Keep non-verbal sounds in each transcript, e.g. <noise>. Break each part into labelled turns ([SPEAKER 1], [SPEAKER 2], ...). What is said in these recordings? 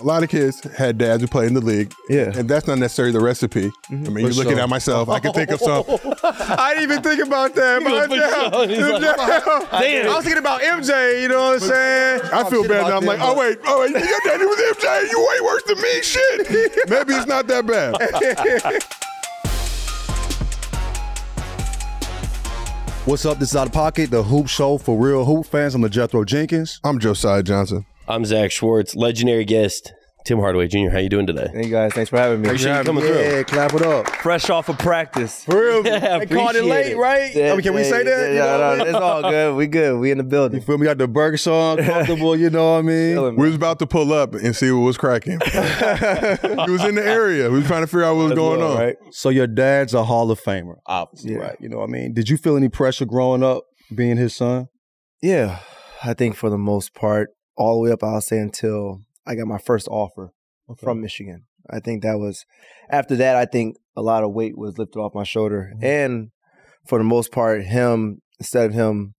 [SPEAKER 1] A lot of kids had dads who played in the league.
[SPEAKER 2] Yeah.
[SPEAKER 1] And that's not necessarily the recipe.
[SPEAKER 3] Mm-hmm.
[SPEAKER 1] I mean, you're looking
[SPEAKER 2] sure.
[SPEAKER 1] at myself. I can think of
[SPEAKER 3] <laughs>
[SPEAKER 1] some. <laughs> I didn't even think about that. But I'm
[SPEAKER 2] For
[SPEAKER 1] down.
[SPEAKER 2] sure. He's
[SPEAKER 1] I'm <laughs>
[SPEAKER 2] like,
[SPEAKER 1] down.
[SPEAKER 3] <laughs>
[SPEAKER 2] Damn.
[SPEAKER 1] I was thinking about MJ, you know what I'm saying? I feel
[SPEAKER 2] shit
[SPEAKER 1] bad
[SPEAKER 2] about
[SPEAKER 1] now. I'm like,
[SPEAKER 2] them,
[SPEAKER 1] oh,
[SPEAKER 2] huh?
[SPEAKER 1] wait, oh, wait, your daddy was MJ. You way worse than me.
[SPEAKER 3] <laughs>
[SPEAKER 1] Shit. Maybe it's not that bad.
[SPEAKER 3] What's up? This is Out of Pocket, the Hoop Show for real hoop fans. I'm the Jethro Jenkins.
[SPEAKER 1] I'm Josiah Johnson.
[SPEAKER 4] I'm Zach Schwartz, legendary guest Tim Hardaway Jr. How you doing
[SPEAKER 2] <laughs>
[SPEAKER 4] today?
[SPEAKER 2] Hey guys, thanks for having me.
[SPEAKER 4] Appreciate you coming through.
[SPEAKER 3] Yeah, clap it up.
[SPEAKER 2] Fresh off of practice.
[SPEAKER 1] For real.
[SPEAKER 4] Yeah,
[SPEAKER 1] they called it
[SPEAKER 4] appreciate
[SPEAKER 1] late,
[SPEAKER 4] it.
[SPEAKER 1] right? I mean, can we say that? You know what I
[SPEAKER 2] Yeah,
[SPEAKER 1] mean?
[SPEAKER 2] no, it's all good. We good. We in the building.
[SPEAKER 3] Feel me? Got the burger song comfortable, you know what I mean?
[SPEAKER 2] Feeling
[SPEAKER 1] We was about to pull up and see what was
[SPEAKER 2] <laughs>
[SPEAKER 1] cracking. we was in the area. We was trying to figure out what was going on.
[SPEAKER 3] Right? So your dad's a Hall of Famer, obviously,
[SPEAKER 2] Yeah.
[SPEAKER 3] right? You know what I mean? Did you feel any pressure growing up being his son?
[SPEAKER 2] Yeah, I think for the most part, all the way up, I'll say until I got my first offer from Michigan. I think that was after that. I think a lot of weight was lifted off my shoulder, and for the most part, him instead of him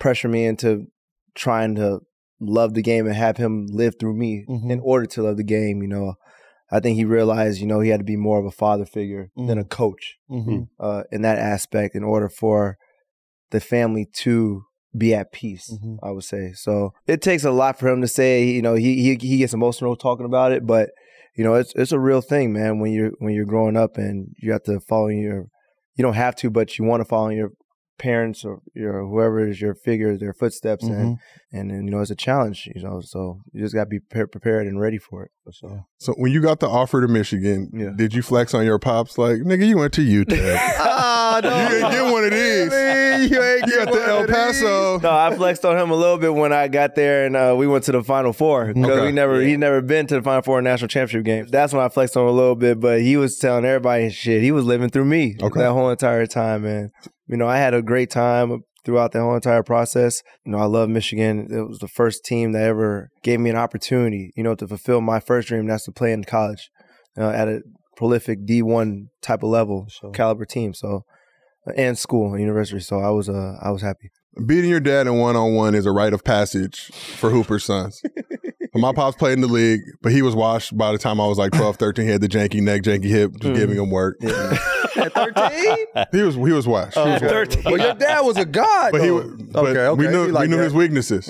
[SPEAKER 2] pressuring me into trying to love the game and have him live through me
[SPEAKER 3] Mhm.
[SPEAKER 2] in order to love the game, you know. I think he realized, you know, he had to be more of a father figure than a coach
[SPEAKER 3] Mm-hmm.
[SPEAKER 2] uh, in that aspect in order for the family to be at peace.
[SPEAKER 3] Mhm.
[SPEAKER 2] I would say so. It takes a lot for him to say. You know, he he he gets emotional talking about it, but you know, it's it's a real thing, man. When you're when you're growing up and you have to follow your, you don't have to, but you want to follow your parents or your whoever is your figure, their footsteps, and and and you know, it's a challenge. You know, so you just got to be pre- prepared and ready for it. So.
[SPEAKER 1] So when you got the offer to Michigan,
[SPEAKER 2] Yeah.
[SPEAKER 1] did you flex on your pops like, nigga, you went to
[SPEAKER 2] <laughs>
[SPEAKER 1] UTEP.
[SPEAKER 2] Ah, no.
[SPEAKER 1] you didn't get one
[SPEAKER 3] <laughs>
[SPEAKER 1] of these. you ain't you got to El Paso.
[SPEAKER 2] No, I flexed on him a little bit when I got there and uh, we went to the Final Four because
[SPEAKER 1] Okay.
[SPEAKER 2] we never he never been to the Final Four national championship game. That's when I flexed on him a little bit, but he was telling everybody his shit. He was living through me
[SPEAKER 1] Okay.
[SPEAKER 2] that whole entire time, man. You know, I had a great time throughout the whole entire process. You know, I love Michigan. It was the first team that ever gave me an opportunity, you know, to fulfill my first dream. That's to play in college uh, at a prolific D1 type of level caliber team. So. uh, And school, and university. So I was, uh, I was happy.
[SPEAKER 1] Beating your dad in one on one is a rite of passage for Hooper's sons. <laughs> My pops played in the league, but he was washed by the time I was like 12, 13. He had the janky neck, janky hip, just giving him work.
[SPEAKER 2] Hmm. <laughs> At 13?
[SPEAKER 1] He was he was washed. He was washed.
[SPEAKER 3] Well, Oh,
[SPEAKER 2] <laughs>
[SPEAKER 3] your dad was a god.
[SPEAKER 1] But he,
[SPEAKER 3] though.
[SPEAKER 1] wa- but we knew,
[SPEAKER 3] He like
[SPEAKER 1] we knew
[SPEAKER 3] that.
[SPEAKER 1] his weaknesses.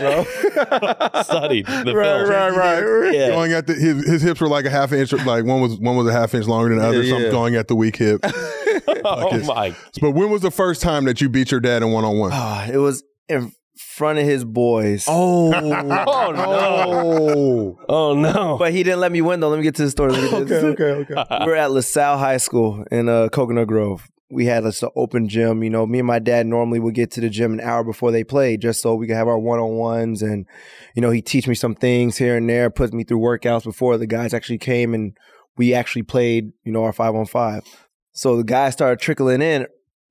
[SPEAKER 4] Studied the
[SPEAKER 1] Right,
[SPEAKER 4] film.
[SPEAKER 1] right, right.
[SPEAKER 4] Yeah.
[SPEAKER 1] Going at the his, his hips were like a half inch, like one was one was a half inch longer than the other.
[SPEAKER 3] Yeah,
[SPEAKER 1] so I'm
[SPEAKER 3] yeah.
[SPEAKER 1] going at the weak
[SPEAKER 3] <laughs>
[SPEAKER 1] hip.
[SPEAKER 4] Oh
[SPEAKER 1] Like it's-
[SPEAKER 4] my!
[SPEAKER 1] but when was the first time that you beat your dad in one on one?
[SPEAKER 2] Ah, it was in front of his boys.
[SPEAKER 3] Oh,
[SPEAKER 4] Oh no!
[SPEAKER 3] oh.
[SPEAKER 4] Oh no!
[SPEAKER 2] But he didn't let me win, though. Let me get to the story. Let me get to the-
[SPEAKER 3] okay, okay, okay.
[SPEAKER 2] <laughs> We're at LaSalle High School in uh, Coconut Grove. We had us an open gym. You know, me and my dad normally would get to the gym an hour before they played just so we could have our one on ones. And, you know, he teach me some things here and there, put me through workouts before the guys actually came and we actually played, you know, our five on five. So the guys started trickling in a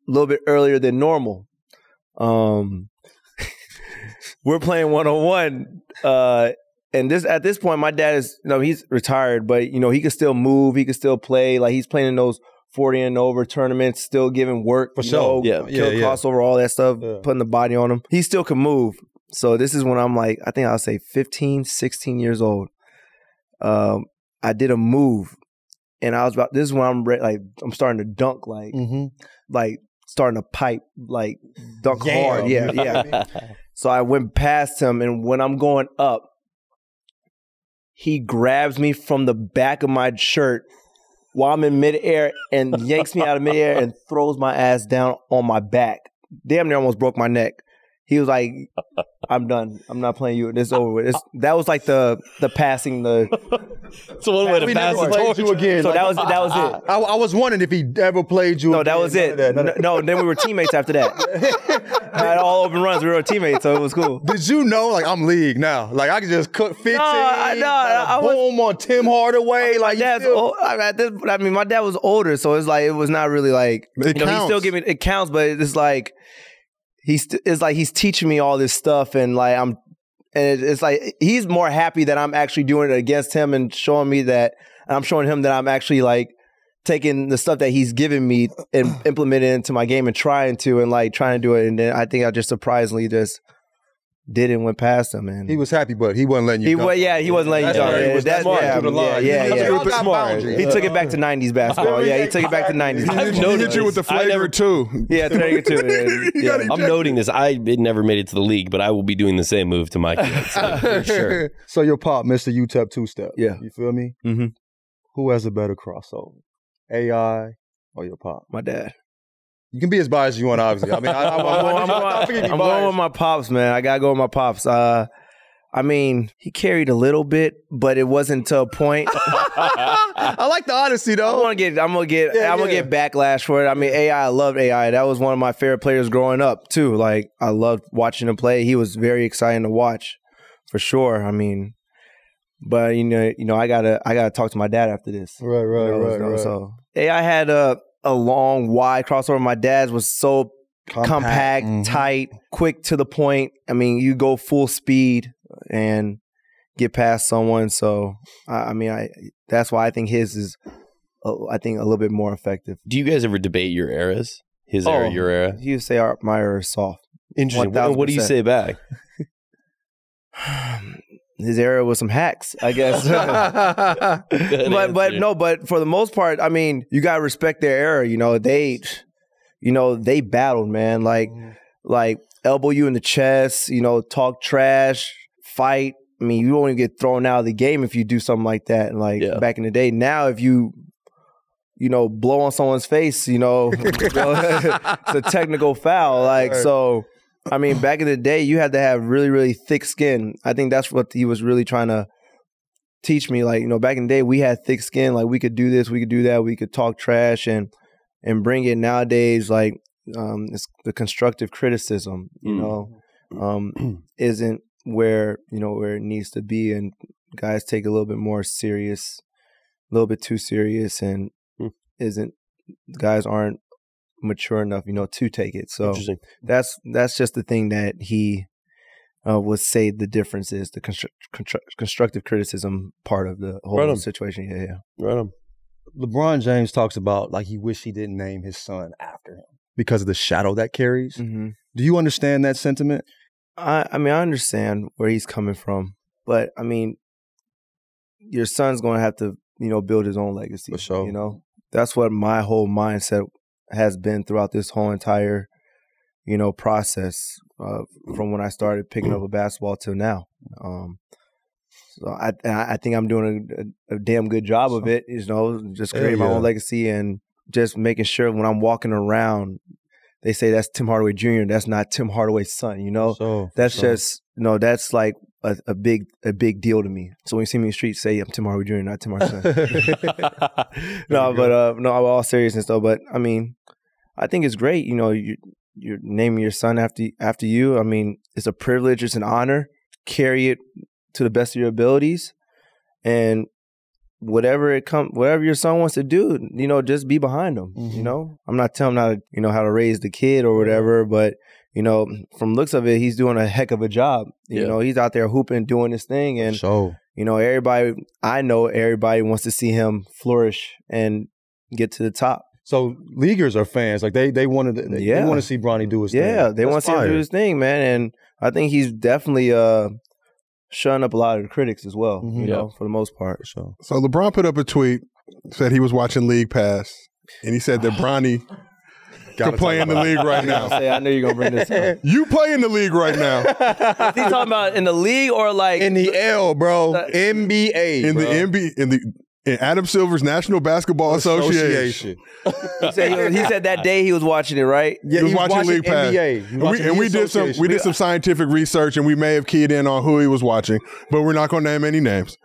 [SPEAKER 2] little bit earlier than normal. Um, <laughs> we're playing one on one. Uh, and this at this point, my dad is you know he's retired, but you know he can still move, he can still play. Like he's playing in those forty and over tournaments, still giving work
[SPEAKER 3] For
[SPEAKER 2] you
[SPEAKER 3] sure.
[SPEAKER 2] know,
[SPEAKER 4] Yeah.
[SPEAKER 2] kill
[SPEAKER 3] Yeah, yeah.
[SPEAKER 2] crossover, all that stuff,
[SPEAKER 3] Yeah.
[SPEAKER 2] putting the body on him. He still can move. So this is when I'm like, I think I'll say 15, 16 years old. Um, I did a move, and I was about. This is when I'm re- like, I'm starting to dunk, like,
[SPEAKER 3] Mm-hmm.
[SPEAKER 2] like starting to pipe, like dunk
[SPEAKER 3] Yam.
[SPEAKER 2] hard. Yeah, yeah. So I went past him, and when I'm going up, he grabs me from the back of my shirt while I'm in midair
[SPEAKER 1] <laughs>
[SPEAKER 2] and yanks me out of midair and throws my ass down on my back. Damn near almost broke my neck.
[SPEAKER 3] He was like, "I'm done. I'm not playing you. This is over with." It's, that was like the the passing the.
[SPEAKER 4] <laughs> It's one way to
[SPEAKER 1] We
[SPEAKER 4] pass
[SPEAKER 1] never
[SPEAKER 4] the
[SPEAKER 1] played
[SPEAKER 4] torch.
[SPEAKER 1] you again.
[SPEAKER 3] So
[SPEAKER 1] Like,
[SPEAKER 3] that was that was it.
[SPEAKER 1] I, I was wondering if he ever played you.
[SPEAKER 3] No, that
[SPEAKER 1] again.
[SPEAKER 3] was
[SPEAKER 1] None
[SPEAKER 3] it.
[SPEAKER 1] of that, none of that.
[SPEAKER 3] No, then we were teammates after that. Not all open runs. We were teammates, so it was cool.
[SPEAKER 1] <laughs> Did you know, like, I'm league now? Like, I can just cook 15.
[SPEAKER 3] I- no, I- I was-
[SPEAKER 1] boom on Tim Hardaway. Like, you
[SPEAKER 3] dad's
[SPEAKER 1] still-
[SPEAKER 3] old, I, mean, at this, I mean, my dad was older, so it's like it was not really like
[SPEAKER 5] It
[SPEAKER 3] you know he still
[SPEAKER 5] counts.
[SPEAKER 3] giving it counts, but it's like he's it's like he's teaching me all this stuff, and like I'm, and it, it's like he's more happy that I'm actually doing it against him and showing me that and I'm showing him that I'm actually like taking the stuff that he's given me and implementing it into my game and trying to and like trying to do it, and then I think I just surprisingly just did and went past him, and
[SPEAKER 1] he was happy, but he wasn't letting you
[SPEAKER 3] he
[SPEAKER 1] dunk.
[SPEAKER 3] was, yeah, he wasn't letting you
[SPEAKER 1] That's
[SPEAKER 3] jump.
[SPEAKER 1] where he
[SPEAKER 3] Yeah,
[SPEAKER 1] was
[SPEAKER 3] that's-
[SPEAKER 1] smart
[SPEAKER 3] yeah,
[SPEAKER 1] to the line.
[SPEAKER 3] yeah,
[SPEAKER 1] He
[SPEAKER 3] yeah,
[SPEAKER 1] was
[SPEAKER 3] yeah.
[SPEAKER 1] got boundaries.
[SPEAKER 3] He took it back to '90s basketball. Oh, Yeah, he took it back to
[SPEAKER 5] He
[SPEAKER 3] '90s.
[SPEAKER 5] hit, you- he hit you with the
[SPEAKER 4] I
[SPEAKER 5] flavor
[SPEAKER 1] <laughs>
[SPEAKER 4] never-
[SPEAKER 5] too.
[SPEAKER 3] Yeah, thirty two.
[SPEAKER 5] You
[SPEAKER 3] Yeah,
[SPEAKER 5] gotta
[SPEAKER 3] yeah. <laughs>
[SPEAKER 4] I'm noting this. I it never made it to the league, but I will be doing the same move to my kids so, for sure.
[SPEAKER 1] So your pop, Mr. UTEP E two step.
[SPEAKER 3] Yeah.
[SPEAKER 1] You feel me?
[SPEAKER 3] Mhm.
[SPEAKER 1] Who has a better crossover? AI or your pop?
[SPEAKER 3] My dad.
[SPEAKER 1] You can be as biased as you want, obviously. I mean, I, I, I,
[SPEAKER 3] I'm going, I'm going-
[SPEAKER 1] I figured you'd be
[SPEAKER 3] I'm going
[SPEAKER 1] biased.
[SPEAKER 3] with my pops, man. I gotta go with my pops. Uh, I mean, he carried a little bit, but it wasn't to
[SPEAKER 1] <laughs>
[SPEAKER 3] a point.
[SPEAKER 1] I like the honesty
[SPEAKER 3] I'm
[SPEAKER 1] though.
[SPEAKER 3] gonna get, I'm gonna get,
[SPEAKER 1] Yeah,
[SPEAKER 3] I'm gonna
[SPEAKER 1] yeah.
[SPEAKER 3] get backlash for it. I mean, AI, I loved AI. That was one of my favorite players growing up too. Like, I loved watching him play. He was very exciting to watch, for sure. I mean, but you know, you know, I gotta, I gotta talk to my dad after this.
[SPEAKER 1] Right, right,
[SPEAKER 3] You know,
[SPEAKER 1] right,
[SPEAKER 3] so-
[SPEAKER 1] right.
[SPEAKER 3] So AI had a a long, wide crossover. My dad's was so compact,
[SPEAKER 1] Mhm.
[SPEAKER 3] tight, quick to the point. I mean, you go full speed and get past someone. So I, I mean, I that's why I think his is, uh, I think, a little bit more effective.
[SPEAKER 4] Do you guys ever debate your eras? His era,
[SPEAKER 3] Oh.
[SPEAKER 4] your era.
[SPEAKER 3] You say our Meyer is soft.
[SPEAKER 4] Interesting. What, what do you
[SPEAKER 3] 1000%.
[SPEAKER 4] say back?
[SPEAKER 3] His era was some hacks, I guess. <laughs>
[SPEAKER 4] Good
[SPEAKER 3] but but
[SPEAKER 4] answer.
[SPEAKER 3] no, but for the most part, I mean, you gotta respect their era. You know, they, you know, they battled, man. Like
[SPEAKER 4] Mm-hmm.
[SPEAKER 3] like elbow you in the chest. You know, talk trash, fight. I mean, you don't even get thrown out of the game if you do something like that. And like
[SPEAKER 4] Yeah.
[SPEAKER 3] back in the day, now if you you know blow on someone's face, you know, <laughs> you know, it's a technical foul. Like
[SPEAKER 1] Right.
[SPEAKER 3] so. I mean, back in the day, you had to have really, really thick skin. I think that's what he was really trying to teach me like you know back in the day we had thick skin like we could do this we could do that we could talk trash and and bring it nowadays like um it's the constructive criticism you
[SPEAKER 4] Mm.
[SPEAKER 3] know um <clears throat> isn't where you know where it needs to be and guys take a little bit more serious a little bit too serious and
[SPEAKER 4] Mm.
[SPEAKER 3] isn't guys aren't mature enough you know to take it so
[SPEAKER 4] Interesting.
[SPEAKER 3] that's that's just the thing that he uh, would say the difference is the constru- constru- constructive criticism part of the whole
[SPEAKER 4] Right on.
[SPEAKER 3] situation. Yeah, yeah.
[SPEAKER 4] Right on. <laughs>
[SPEAKER 1] LeBron James talks about like he wish he didn't name his son after him because of the shadow that carries.
[SPEAKER 3] Mm.
[SPEAKER 4] Mm-hmm.
[SPEAKER 1] Do you understand that sentiment?
[SPEAKER 3] I I mean I understand where he's coming from, but I mean your son's going to have to you know build his own legacy.
[SPEAKER 1] For sure.
[SPEAKER 3] You know that's what my whole mindset has been throughout this whole entire you know process uh, from when I started picking
[SPEAKER 1] Mm.
[SPEAKER 3] up a basketball till now. Um, so I and I I think I'm doing a, a, a damn good job of it. You know, just
[SPEAKER 1] Hell
[SPEAKER 3] creating my
[SPEAKER 1] yeah.
[SPEAKER 3] own legacy and just making sure when I'm walking around, they say that's Tim Hardaway Jr. That's not Tim Hardaway's son. You know,
[SPEAKER 1] so,
[SPEAKER 3] that's
[SPEAKER 1] so-
[SPEAKER 3] just no. That's like a, a big a big deal to me. So when you see me in the street, say I'm Tim Hardaway Jr., not Tim Hardaway. son. no,
[SPEAKER 1] you
[SPEAKER 3] but uh, no, I'm all seriousness though. But I mean, I think it's great. You know, you you're naming your son after after you. I mean, it's a privilege. It's an honor. Carry it to the best of your abilities, and whatever it come, whatever your son wants to do, you know, just be behind him. <laughs> You
[SPEAKER 1] Mhm.
[SPEAKER 3] know, I'm not telling him how to you know how to raise the kid or whatever, but you know, from looks of it, he's doing a heck of a job. You
[SPEAKER 4] Yeah.
[SPEAKER 3] know, he's out there hooping, doing his thing, and
[SPEAKER 1] so
[SPEAKER 3] you know, everybody I know everybody wants to see him flourish and get to the top.
[SPEAKER 1] so leaguers are fans like they they wanted to- they,
[SPEAKER 3] Yeah.
[SPEAKER 1] want to see Bronny do his thing.
[SPEAKER 3] Yeah, they
[SPEAKER 1] That's
[SPEAKER 3] want to see him
[SPEAKER 1] fire.
[SPEAKER 3] do his thing, man. And I think he's definitely uh shutting up a lot of the critics as well,
[SPEAKER 1] Mhm.
[SPEAKER 3] you
[SPEAKER 4] Yeah.
[SPEAKER 3] know, for the most part.
[SPEAKER 1] For sure.
[SPEAKER 5] So LeBron put up a tweet, said he was watching League Pass, and he said
[SPEAKER 1] <laughs>
[SPEAKER 5] that Bronny
[SPEAKER 1] Gotta
[SPEAKER 5] can play
[SPEAKER 1] talk
[SPEAKER 5] in the
[SPEAKER 1] about it.
[SPEAKER 5] league right
[SPEAKER 3] I
[SPEAKER 5] now.
[SPEAKER 3] say I know you're gonna bring this up.
[SPEAKER 5] You play in the league
[SPEAKER 1] <laughs>
[SPEAKER 5] right now
[SPEAKER 3] Is
[SPEAKER 5] <laughs>
[SPEAKER 3] he talking about in the league or like
[SPEAKER 1] In the L, bro.
[SPEAKER 3] The-
[SPEAKER 1] NBA.
[SPEAKER 5] in the
[SPEAKER 1] bro.
[SPEAKER 5] NBA in the in Adam Silver's National Basketball Association.
[SPEAKER 2] He said, he said that day he was watching it, right?
[SPEAKER 1] Yeah,
[SPEAKER 5] He was watching League Pass.
[SPEAKER 1] NBA. He was
[SPEAKER 5] And
[SPEAKER 1] watching
[SPEAKER 5] we, and
[SPEAKER 1] the
[SPEAKER 5] we did some we
[SPEAKER 1] association.
[SPEAKER 5] did some scientific research, and we may have keyed in on who he was watching, but we're not going to name any names.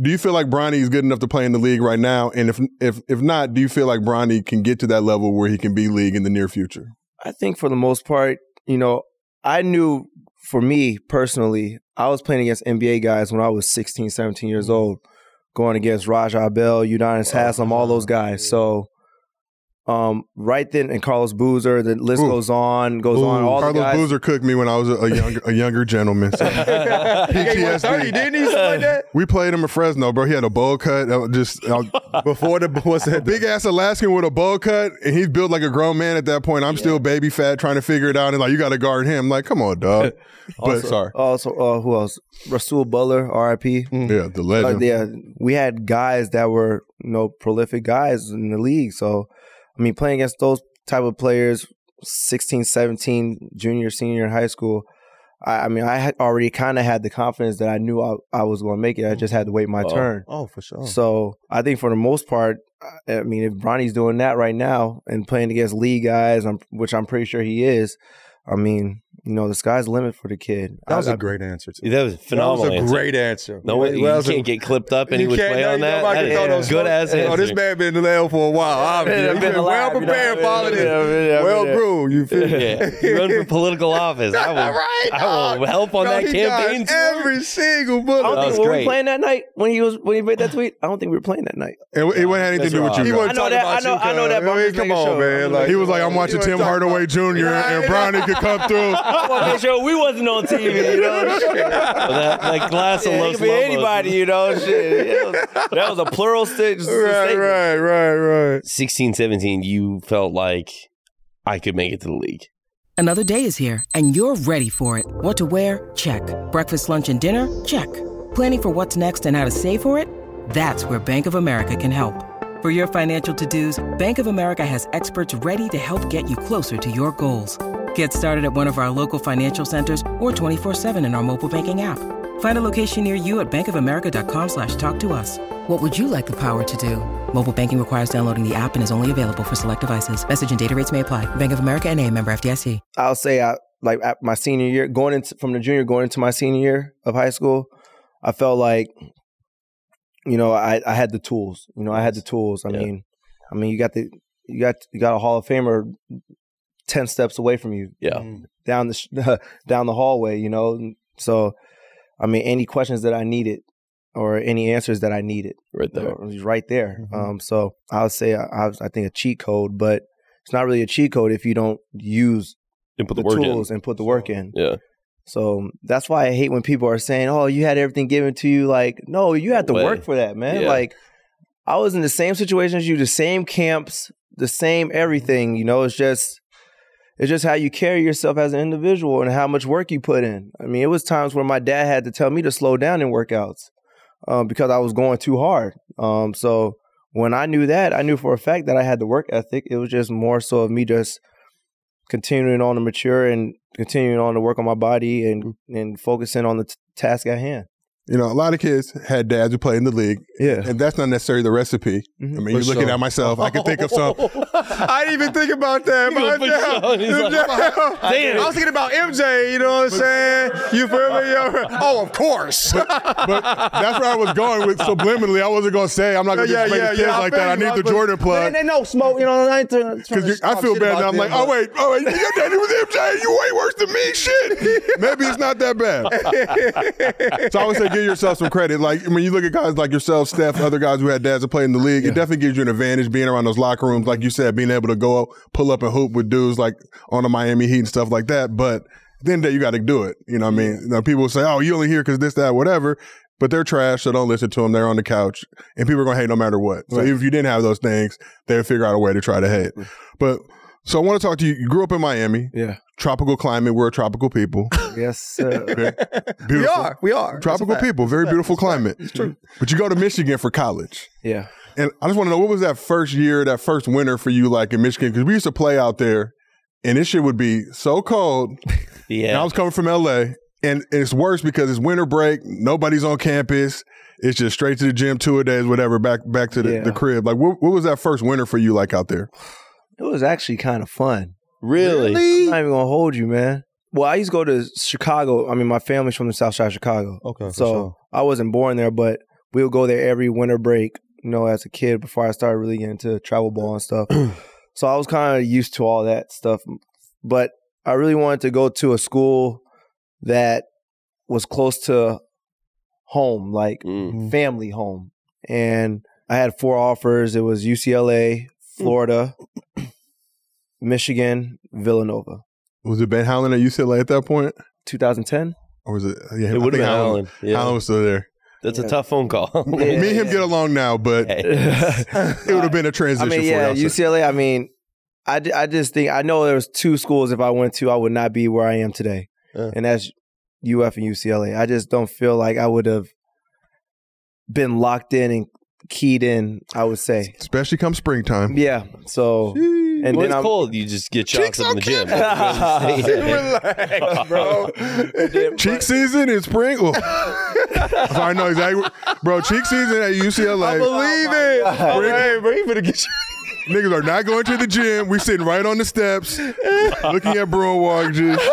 [SPEAKER 5] Do you feel like Bronny is good enough to play in the league right now? And if if if not, do you feel like Bronny can get to that level where he can be league in the near future?
[SPEAKER 2] I think for the most part, you know, I knew for me personally, I was playing against NBA guys when I was 16, 17 years old, going against Rajah Bell, Udonis
[SPEAKER 5] Oh,
[SPEAKER 2] Haslam, all those guys. So um, right then, and Carlos Boozer, the list
[SPEAKER 5] Ooh.
[SPEAKER 2] goes on, goes on. All
[SPEAKER 5] Carlos
[SPEAKER 2] the guys,
[SPEAKER 5] Boozer cooked me when I was a, a younger a younger gentleman.
[SPEAKER 1] <laughs>
[SPEAKER 5] So.
[SPEAKER 1] He gave you like
[SPEAKER 5] PTSD.
[SPEAKER 1] 30, didn't he? Something like that?
[SPEAKER 5] We played him in Fresno, bro. He had a bowl cut, uh, just uh, <laughs>
[SPEAKER 1] Before the what's that?
[SPEAKER 5] big ass Alaskan with a bowl cut, and he's built like a grown man at that point. I'm still baby fat, trying to figure it out, and like you got to guard him. Like, come on, dog. <laughs> But sorry,
[SPEAKER 2] also uh, who else? Rasul Butler, RIP.
[SPEAKER 5] mm. yeah, the
[SPEAKER 2] Like,
[SPEAKER 5] legend.
[SPEAKER 2] yeah, we had guys that were you know prolific guys in the league. So, I mean, playing against those type of players, 16, 17, junior, senior in high school, I, I mean, I had already kind of had the confidence that I knew I, I was going to make it. I just had to wait my
[SPEAKER 4] Oh.
[SPEAKER 2] turn.
[SPEAKER 1] <laughs> Oh, for sure.
[SPEAKER 2] So, I think for the most part, I I mean, if Bronny's doing that right now and playing against league guys, I'm, which I'm pretty sure he is, I mean, you know, the sky's the limit for the kid.
[SPEAKER 1] that was
[SPEAKER 2] a
[SPEAKER 1] a great answer. Too.
[SPEAKER 4] That was a
[SPEAKER 1] That was
[SPEAKER 4] phenomenal.
[SPEAKER 1] a
[SPEAKER 4] answer.
[SPEAKER 1] great answer.
[SPEAKER 4] No,
[SPEAKER 1] Yeah,
[SPEAKER 4] one, you
[SPEAKER 1] that was a-
[SPEAKER 4] can't get clipped up any
[SPEAKER 1] You
[SPEAKER 4] which
[SPEAKER 1] can't,
[SPEAKER 4] way
[SPEAKER 1] no,
[SPEAKER 4] on
[SPEAKER 1] you-
[SPEAKER 4] that.
[SPEAKER 1] nobody
[SPEAKER 4] That
[SPEAKER 1] can
[SPEAKER 4] is
[SPEAKER 1] throw no
[SPEAKER 4] good ass
[SPEAKER 1] smoke. Oh,
[SPEAKER 4] answer.
[SPEAKER 1] this man been in the lab for a while. Obviously, <laughs> he's been, well prepared for all of this. well groomed. You feel me?
[SPEAKER 4] <laughs> Yeah, you run for political office. I will.
[SPEAKER 1] Right,
[SPEAKER 4] I will
[SPEAKER 1] dog.
[SPEAKER 4] help on
[SPEAKER 1] No,
[SPEAKER 4] that
[SPEAKER 1] he dodged
[SPEAKER 4] campaign. tour. <laughs>
[SPEAKER 1] Every single
[SPEAKER 2] I
[SPEAKER 1] bullet.
[SPEAKER 2] don't
[SPEAKER 4] That
[SPEAKER 2] think
[SPEAKER 4] was
[SPEAKER 2] were we
[SPEAKER 4] great.
[SPEAKER 2] playing that night when he was when he
[SPEAKER 5] <sighs>
[SPEAKER 2] made that tweet. I don't think we were playing that night.
[SPEAKER 5] It, it wouldn't have anything to do with
[SPEAKER 4] That's
[SPEAKER 5] you.
[SPEAKER 4] wrong.
[SPEAKER 5] bro.
[SPEAKER 2] I know that- I know- I know that, but I'm
[SPEAKER 1] I mean,
[SPEAKER 2] just
[SPEAKER 1] come
[SPEAKER 2] making
[SPEAKER 1] on,
[SPEAKER 2] sure. I'm
[SPEAKER 1] man.
[SPEAKER 2] just
[SPEAKER 1] Like,
[SPEAKER 5] He was like, I'm watching
[SPEAKER 1] You
[SPEAKER 5] Tim
[SPEAKER 1] wanna talk
[SPEAKER 5] Hardaway
[SPEAKER 1] about-
[SPEAKER 5] Jr. <laughs> and- and Bronny could come <laughs> through.
[SPEAKER 2] I want to make sure we wasn't on
[SPEAKER 4] <laughs>
[SPEAKER 2] TV. You know, shit.
[SPEAKER 4] Well, that, that glass of
[SPEAKER 2] Yeah, it
[SPEAKER 4] Los
[SPEAKER 2] could be
[SPEAKER 4] Lobos.
[SPEAKER 2] anybody. You know, shit. It was- that was a plural sta-
[SPEAKER 1] Right,
[SPEAKER 2] statement.
[SPEAKER 1] right, right, right.
[SPEAKER 4] 16, 17, You felt like I could make it to the league.
[SPEAKER 6] Another day is here, and you're ready for it. What to wear? Check. Breakfast, lunch, and dinner? Check. Planning for what's next and how to save for it? That's where Bank of America <laughs> can help. For your financial to dos, Bank of America has experts ready to help get you closer to your goals. Get started at one of our local financial centers or 24-7 in our mobile banking app. Find a location near you at bankofamerica.com slash talk to us. What would you like the power to do? Mobile banking requires downloading the app and is only available for select devices. Message and data rates may apply. Bank of America and a member FDIC.
[SPEAKER 2] I'll say, I like at my senior year, going into from the junior going into my senior year of high school, I felt like, you know, I I had the tools. You know, I had the tools. I
[SPEAKER 4] Yeah.
[SPEAKER 2] mean, I mean, you got the you got you got a Hall of Famer ten steps away from you.
[SPEAKER 4] Yeah.
[SPEAKER 5] Mm.
[SPEAKER 2] down the sh- <laughs> down the hallway, you know. And So, I mean, any questions that I needed or any answers that I needed
[SPEAKER 4] Right
[SPEAKER 2] you know, it
[SPEAKER 4] there.
[SPEAKER 2] was right there.
[SPEAKER 4] Mm-hmm.
[SPEAKER 1] Mhm.
[SPEAKER 2] Um, so I would say I, I, was- I think a cheat code, but it's not really a cheat code if you don't use
[SPEAKER 4] And put
[SPEAKER 2] the,
[SPEAKER 4] the, work
[SPEAKER 2] tools and put the work in.
[SPEAKER 4] in. Yeah.
[SPEAKER 2] So that's why I hate when people are saying, "Oh, you had everything given to you." Like, no, you had to
[SPEAKER 4] No way.
[SPEAKER 2] work for that, man.
[SPEAKER 4] Yeah.
[SPEAKER 2] Like, I was in the same situation as you, the same camps, the same everything. You know, it's just, it's just how you carry yourself as an individual and how much work you put in. I mean, it was times where my dad had to tell me to slow down in workouts um, because I was going too hard. Um, so when I knew that, I knew for a fact that I had the work ethic. It was just more so of me just continuing on to mature and continuing on to work on my body and and focusing on the t- task at hand.
[SPEAKER 5] You know, a lot of kids had dads who played in the league,
[SPEAKER 2] Yeah.
[SPEAKER 5] and that's not necessarily the recipe. I
[SPEAKER 2] Mhm.
[SPEAKER 5] mean, you're
[SPEAKER 1] For
[SPEAKER 5] looking
[SPEAKER 1] sure.
[SPEAKER 5] at myself. I can think of <laughs> some.
[SPEAKER 1] I didn't even think about
[SPEAKER 5] <laughs>
[SPEAKER 1] that.
[SPEAKER 4] He gonna
[SPEAKER 1] But
[SPEAKER 4] put you on. He's like,
[SPEAKER 1] damn. I was thinking about MJ, you know what I'm saying? You feel me? Yo? Oh, of course.
[SPEAKER 5] <laughs> But that's where I was going with subliminally. I wasn't going to say I'm not going to
[SPEAKER 1] Yeah,
[SPEAKER 5] just make
[SPEAKER 1] yeah,
[SPEAKER 5] kids
[SPEAKER 1] yeah, I
[SPEAKER 5] like
[SPEAKER 1] feel
[SPEAKER 5] that. I
[SPEAKER 1] you. I
[SPEAKER 5] need the
[SPEAKER 1] was-
[SPEAKER 5] Jordan plug.
[SPEAKER 1] Man, they know smoke, you know, I ain't trying to
[SPEAKER 5] Because I
[SPEAKER 1] talk
[SPEAKER 5] feel
[SPEAKER 1] shit
[SPEAKER 5] bad
[SPEAKER 1] about
[SPEAKER 5] now. I'm
[SPEAKER 1] them,
[SPEAKER 5] like, oh
[SPEAKER 1] but-
[SPEAKER 5] wait, oh wait, your daddy was MJ. You way worse than
[SPEAKER 1] <laughs>
[SPEAKER 5] me. Shit. Maybe it's not that bad. so I always say, give yourself some credit. Like when you look at guys like yourself, Steph, other guys who had dads that played in the league, it definitely gives you an advantage being around those locker rooms. Like you said, being able to go up, pull up and hoop with dudes like on the Miami Heat and stuff like that. But then that you got to do it. You know what I mean? Now, people say, oh, you only here because this, that, whatever. But they're trash, so don't listen to them. They're on the couch, and people are gonna hate no matter what. So if you didn't have those things, they would figure out a way to try to hate. But so I want to talk to you. You grew up in Miami,
[SPEAKER 2] Yeah.
[SPEAKER 5] tropical climate. We're a tropical people.
[SPEAKER 2] Yes. Sir.
[SPEAKER 5] Okay? Beautiful.
[SPEAKER 1] We are. We are.
[SPEAKER 5] Tropical people, very beautiful climate. It's
[SPEAKER 1] true.
[SPEAKER 5] But you go to Michigan for college.
[SPEAKER 2] yeah.
[SPEAKER 5] And I just want to know what was that first year, that first winter for you, like in Michigan? Because we used to play out there and this shit would be so cold. And I
[SPEAKER 4] Yeah.
[SPEAKER 5] was coming from LA And it's worse because it's winter break. Nobody's on campus. It's just straight to the gym, two a days, whatever. Back back to the,
[SPEAKER 2] Yeah.
[SPEAKER 5] the crib. Like, what, what was that first winter for you like out there?
[SPEAKER 2] It was actually kind of fun.
[SPEAKER 4] Really?
[SPEAKER 2] I'm not even gonna hold you, man. Well, I used to go to Chicago. I mean, my family's from the South Side of Chicago,
[SPEAKER 1] Okay, for
[SPEAKER 2] so
[SPEAKER 1] sure.
[SPEAKER 2] I wasn't born there, but we would go there every winter break. You know, as a kid, before I started really getting into travel ball and
[SPEAKER 1] <clears throat>
[SPEAKER 2] stuff, so I was kind of used to all that stuff. But I really wanted to go to a school that was close to home, like
[SPEAKER 4] Mm.
[SPEAKER 2] family home. And I had four offers. It was UCLA,
[SPEAKER 4] Mm.
[SPEAKER 2] Florida, Michigan, Villanova.
[SPEAKER 5] Was it Ben Howland at UCLA at that point,
[SPEAKER 2] 2010.
[SPEAKER 5] or was it? uh, Yeah,
[SPEAKER 4] It would have been Howland.
[SPEAKER 5] Howland.
[SPEAKER 4] Yeah.
[SPEAKER 5] Howland was still there.
[SPEAKER 4] That's
[SPEAKER 2] Yeah.
[SPEAKER 4] a tough phone call.
[SPEAKER 2] <laughs>
[SPEAKER 4] <laughs>
[SPEAKER 2] Yeah,
[SPEAKER 5] Me and him
[SPEAKER 2] yeah.
[SPEAKER 5] get along
[SPEAKER 2] <laughs>
[SPEAKER 5] now, but it would have been a
[SPEAKER 2] I
[SPEAKER 5] transition
[SPEAKER 2] mean,
[SPEAKER 5] for
[SPEAKER 2] yeah,
[SPEAKER 5] y'all. so-
[SPEAKER 2] UCLA. I mean, I, di- I just think I know there was two schools. If I went to, I would not be where I am today,
[SPEAKER 4] Yeah.
[SPEAKER 2] and that's UF and UCLA. I just don't feel like I would have been locked in and keyed in. I would say,
[SPEAKER 5] Especially come
[SPEAKER 2] <laughs>
[SPEAKER 5] springtime.
[SPEAKER 2] yeah. So, and
[SPEAKER 4] when
[SPEAKER 2] then
[SPEAKER 4] it's
[SPEAKER 2] I'm,
[SPEAKER 4] cold, you just get shots
[SPEAKER 5] Chicks
[SPEAKER 4] up in the gym.
[SPEAKER 2] campus. <laughs>
[SPEAKER 4] <laughs> Relax, bro.
[SPEAKER 5] Cheek season in spring.
[SPEAKER 2] <laughs>
[SPEAKER 5] Well, I know exactly, bro. Cheek season at UCLA.
[SPEAKER 2] Oh
[SPEAKER 1] it.
[SPEAKER 5] Rick-
[SPEAKER 1] Hey, bro, you better get you.
[SPEAKER 5] Niggas are not going to the gym. We sitting right on the steps, looking at Bruin
[SPEAKER 2] <laughs>
[SPEAKER 5] Walk just. It's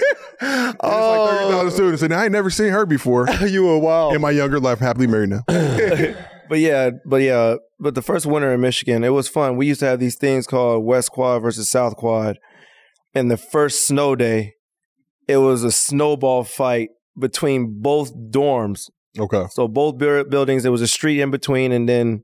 [SPEAKER 5] like thirty
[SPEAKER 2] Oh.
[SPEAKER 5] thousand students, and I ain't never seen her
[SPEAKER 2] <laughs>
[SPEAKER 5] before
[SPEAKER 1] You a wild.
[SPEAKER 5] in my younger life. Happily married now.
[SPEAKER 2] but yeah, but yeah, but the first winter in Michigan, it was fun. We used to have these things called West Quad versus South Quad, and the first snow day, it was a snowball fight between both dorms.
[SPEAKER 5] Okay,
[SPEAKER 2] So both bu- buildings, there was a street in between, and then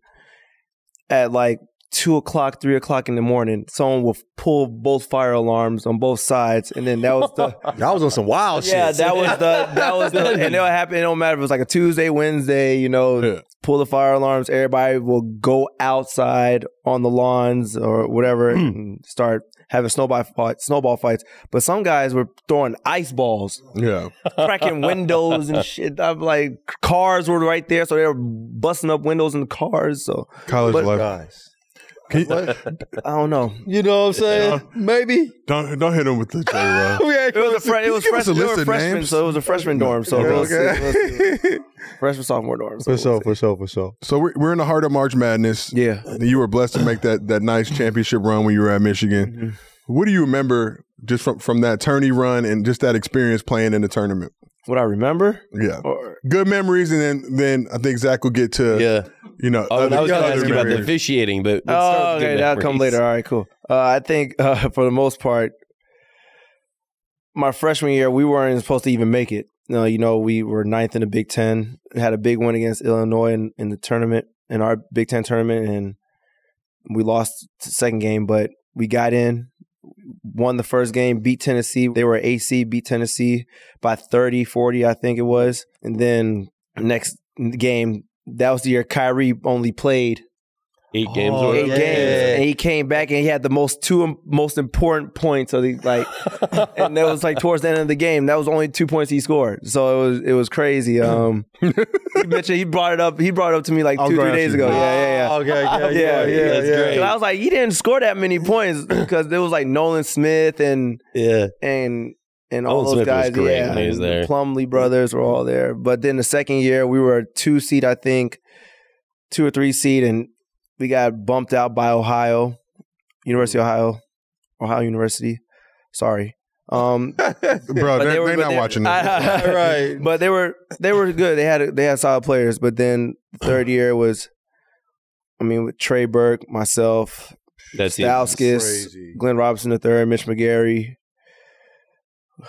[SPEAKER 2] at like two o'clock, three o'clock in the morning, someone will pull both fire alarms on both sides, and then that was the
[SPEAKER 1] <laughs> Y'all was on some wild
[SPEAKER 2] yeah,
[SPEAKER 1] shit.
[SPEAKER 2] that was the that was the
[SPEAKER 1] <laughs>
[SPEAKER 2] and it'll happen. It don't matter if it was like a Tuesday, Wednesday. You know,
[SPEAKER 5] Yeah.
[SPEAKER 2] pull the fire alarms. Everybody will go outside on the lawns or whatever
[SPEAKER 1] Hmm.
[SPEAKER 2] and start having snowball fights. Snowball fights. But some guys were throwing ice balls,
[SPEAKER 5] yeah,
[SPEAKER 2] cracking windows and shit. I'm like, cars were right there, so they were busting up windows in the cars. So
[SPEAKER 5] college
[SPEAKER 2] But-
[SPEAKER 5] life.
[SPEAKER 1] Guys.
[SPEAKER 5] Can you-
[SPEAKER 2] I don't
[SPEAKER 5] <laughs>
[SPEAKER 2] know.
[SPEAKER 1] You know what I'm saying? Maybe.
[SPEAKER 5] don't don't hit him with the J
[SPEAKER 2] <laughs>
[SPEAKER 5] Rod.
[SPEAKER 1] We had
[SPEAKER 2] It was a fre- it was
[SPEAKER 5] Give us a
[SPEAKER 2] freshman, they
[SPEAKER 5] list
[SPEAKER 2] were
[SPEAKER 5] of
[SPEAKER 2] freshmen,
[SPEAKER 5] names.
[SPEAKER 2] so it was a freshman dorm. So
[SPEAKER 5] Okay.
[SPEAKER 2] we'll see, we'll see. freshman sophomore dorm. So
[SPEAKER 1] For
[SPEAKER 2] we'll
[SPEAKER 1] sure,
[SPEAKER 2] see.
[SPEAKER 1] for sure, for sure.
[SPEAKER 5] So we're, we're in the heart of March Madness.
[SPEAKER 2] Yeah.
[SPEAKER 5] you were blessed to make that that nice championship run when you were at Michigan. What do you remember just from from that tourney run and just that experience playing in the tournament?
[SPEAKER 2] What I remember.
[SPEAKER 5] Yeah,
[SPEAKER 2] Or,
[SPEAKER 5] good memories, and then then I think Zach will get to
[SPEAKER 4] Yeah.
[SPEAKER 5] you know
[SPEAKER 4] Oh, and I was going to
[SPEAKER 5] other
[SPEAKER 4] ask you about the
[SPEAKER 5] memories.
[SPEAKER 4] officiating, but let's
[SPEAKER 2] Oh,
[SPEAKER 4] start with
[SPEAKER 2] okay,
[SPEAKER 4] good
[SPEAKER 2] that'll come
[SPEAKER 4] memories.
[SPEAKER 2] later. All right, cool. Uh, I think uh, <laughs> for the most part, my freshman year, we weren't supposed to even make it. No, you know, we were ninth in the Big Ten. Had a big win against Illinois in, in the tournament, in our Big Ten tournament, and we lost the second game, but we got in, won the first game, beat Tennessee. They were AC, beat Tennessee by 30, 40, I think it was. And then next game, that was the year Kyrie only played
[SPEAKER 4] Eight games.
[SPEAKER 1] Oh,
[SPEAKER 4] or
[SPEAKER 2] eight
[SPEAKER 4] whatever.
[SPEAKER 2] games, and he came back and he had the most two im- most important points of the like,
[SPEAKER 5] <laughs>
[SPEAKER 2] and that was like towards the end of the game. That was only two points he scored, so it was it was crazy.
[SPEAKER 5] <laughs>
[SPEAKER 2] Um, he mentioned he brought it up. He brought it up to me like
[SPEAKER 5] I was
[SPEAKER 2] two three
[SPEAKER 5] gonna ask
[SPEAKER 2] days
[SPEAKER 5] you
[SPEAKER 2] ago.
[SPEAKER 5] that.
[SPEAKER 2] Yeah, yeah,
[SPEAKER 1] Oh, Okay, yeah,
[SPEAKER 2] yeah, yeah, yeah.
[SPEAKER 4] That's
[SPEAKER 2] yeah.
[SPEAKER 4] great.
[SPEAKER 2] 'Cause I was like, he didn't score that many points because there was like Nolan Smith and
[SPEAKER 4] Yeah.
[SPEAKER 2] and and all
[SPEAKER 4] Nolan
[SPEAKER 2] those
[SPEAKER 4] Smith was
[SPEAKER 2] guys.
[SPEAKER 4] great
[SPEAKER 2] yeah,
[SPEAKER 4] when he was
[SPEAKER 2] and
[SPEAKER 4] there.
[SPEAKER 2] the Plumlee brothers were all there. But then the second year, we were a two seed, I think, two or three seed, and we got bumped out by Ohio, University of Ohio, Ohio University. Sorry,
[SPEAKER 5] <laughs>
[SPEAKER 2] um,
[SPEAKER 5] bro.
[SPEAKER 2] But
[SPEAKER 5] Oh, They're,
[SPEAKER 2] they
[SPEAKER 5] they
[SPEAKER 2] were-
[SPEAKER 5] are
[SPEAKER 2] but
[SPEAKER 5] not
[SPEAKER 2] they- <laughs>
[SPEAKER 5] watching this. <laughs>
[SPEAKER 1] right.
[SPEAKER 2] but they were they were good. They had they had solid players. But then the third year was, I mean, with Trey Burke, myself,
[SPEAKER 4] That's the
[SPEAKER 2] Stauskas,
[SPEAKER 1] crazy.
[SPEAKER 2] Glenn Robinson III, Mitch McGarry.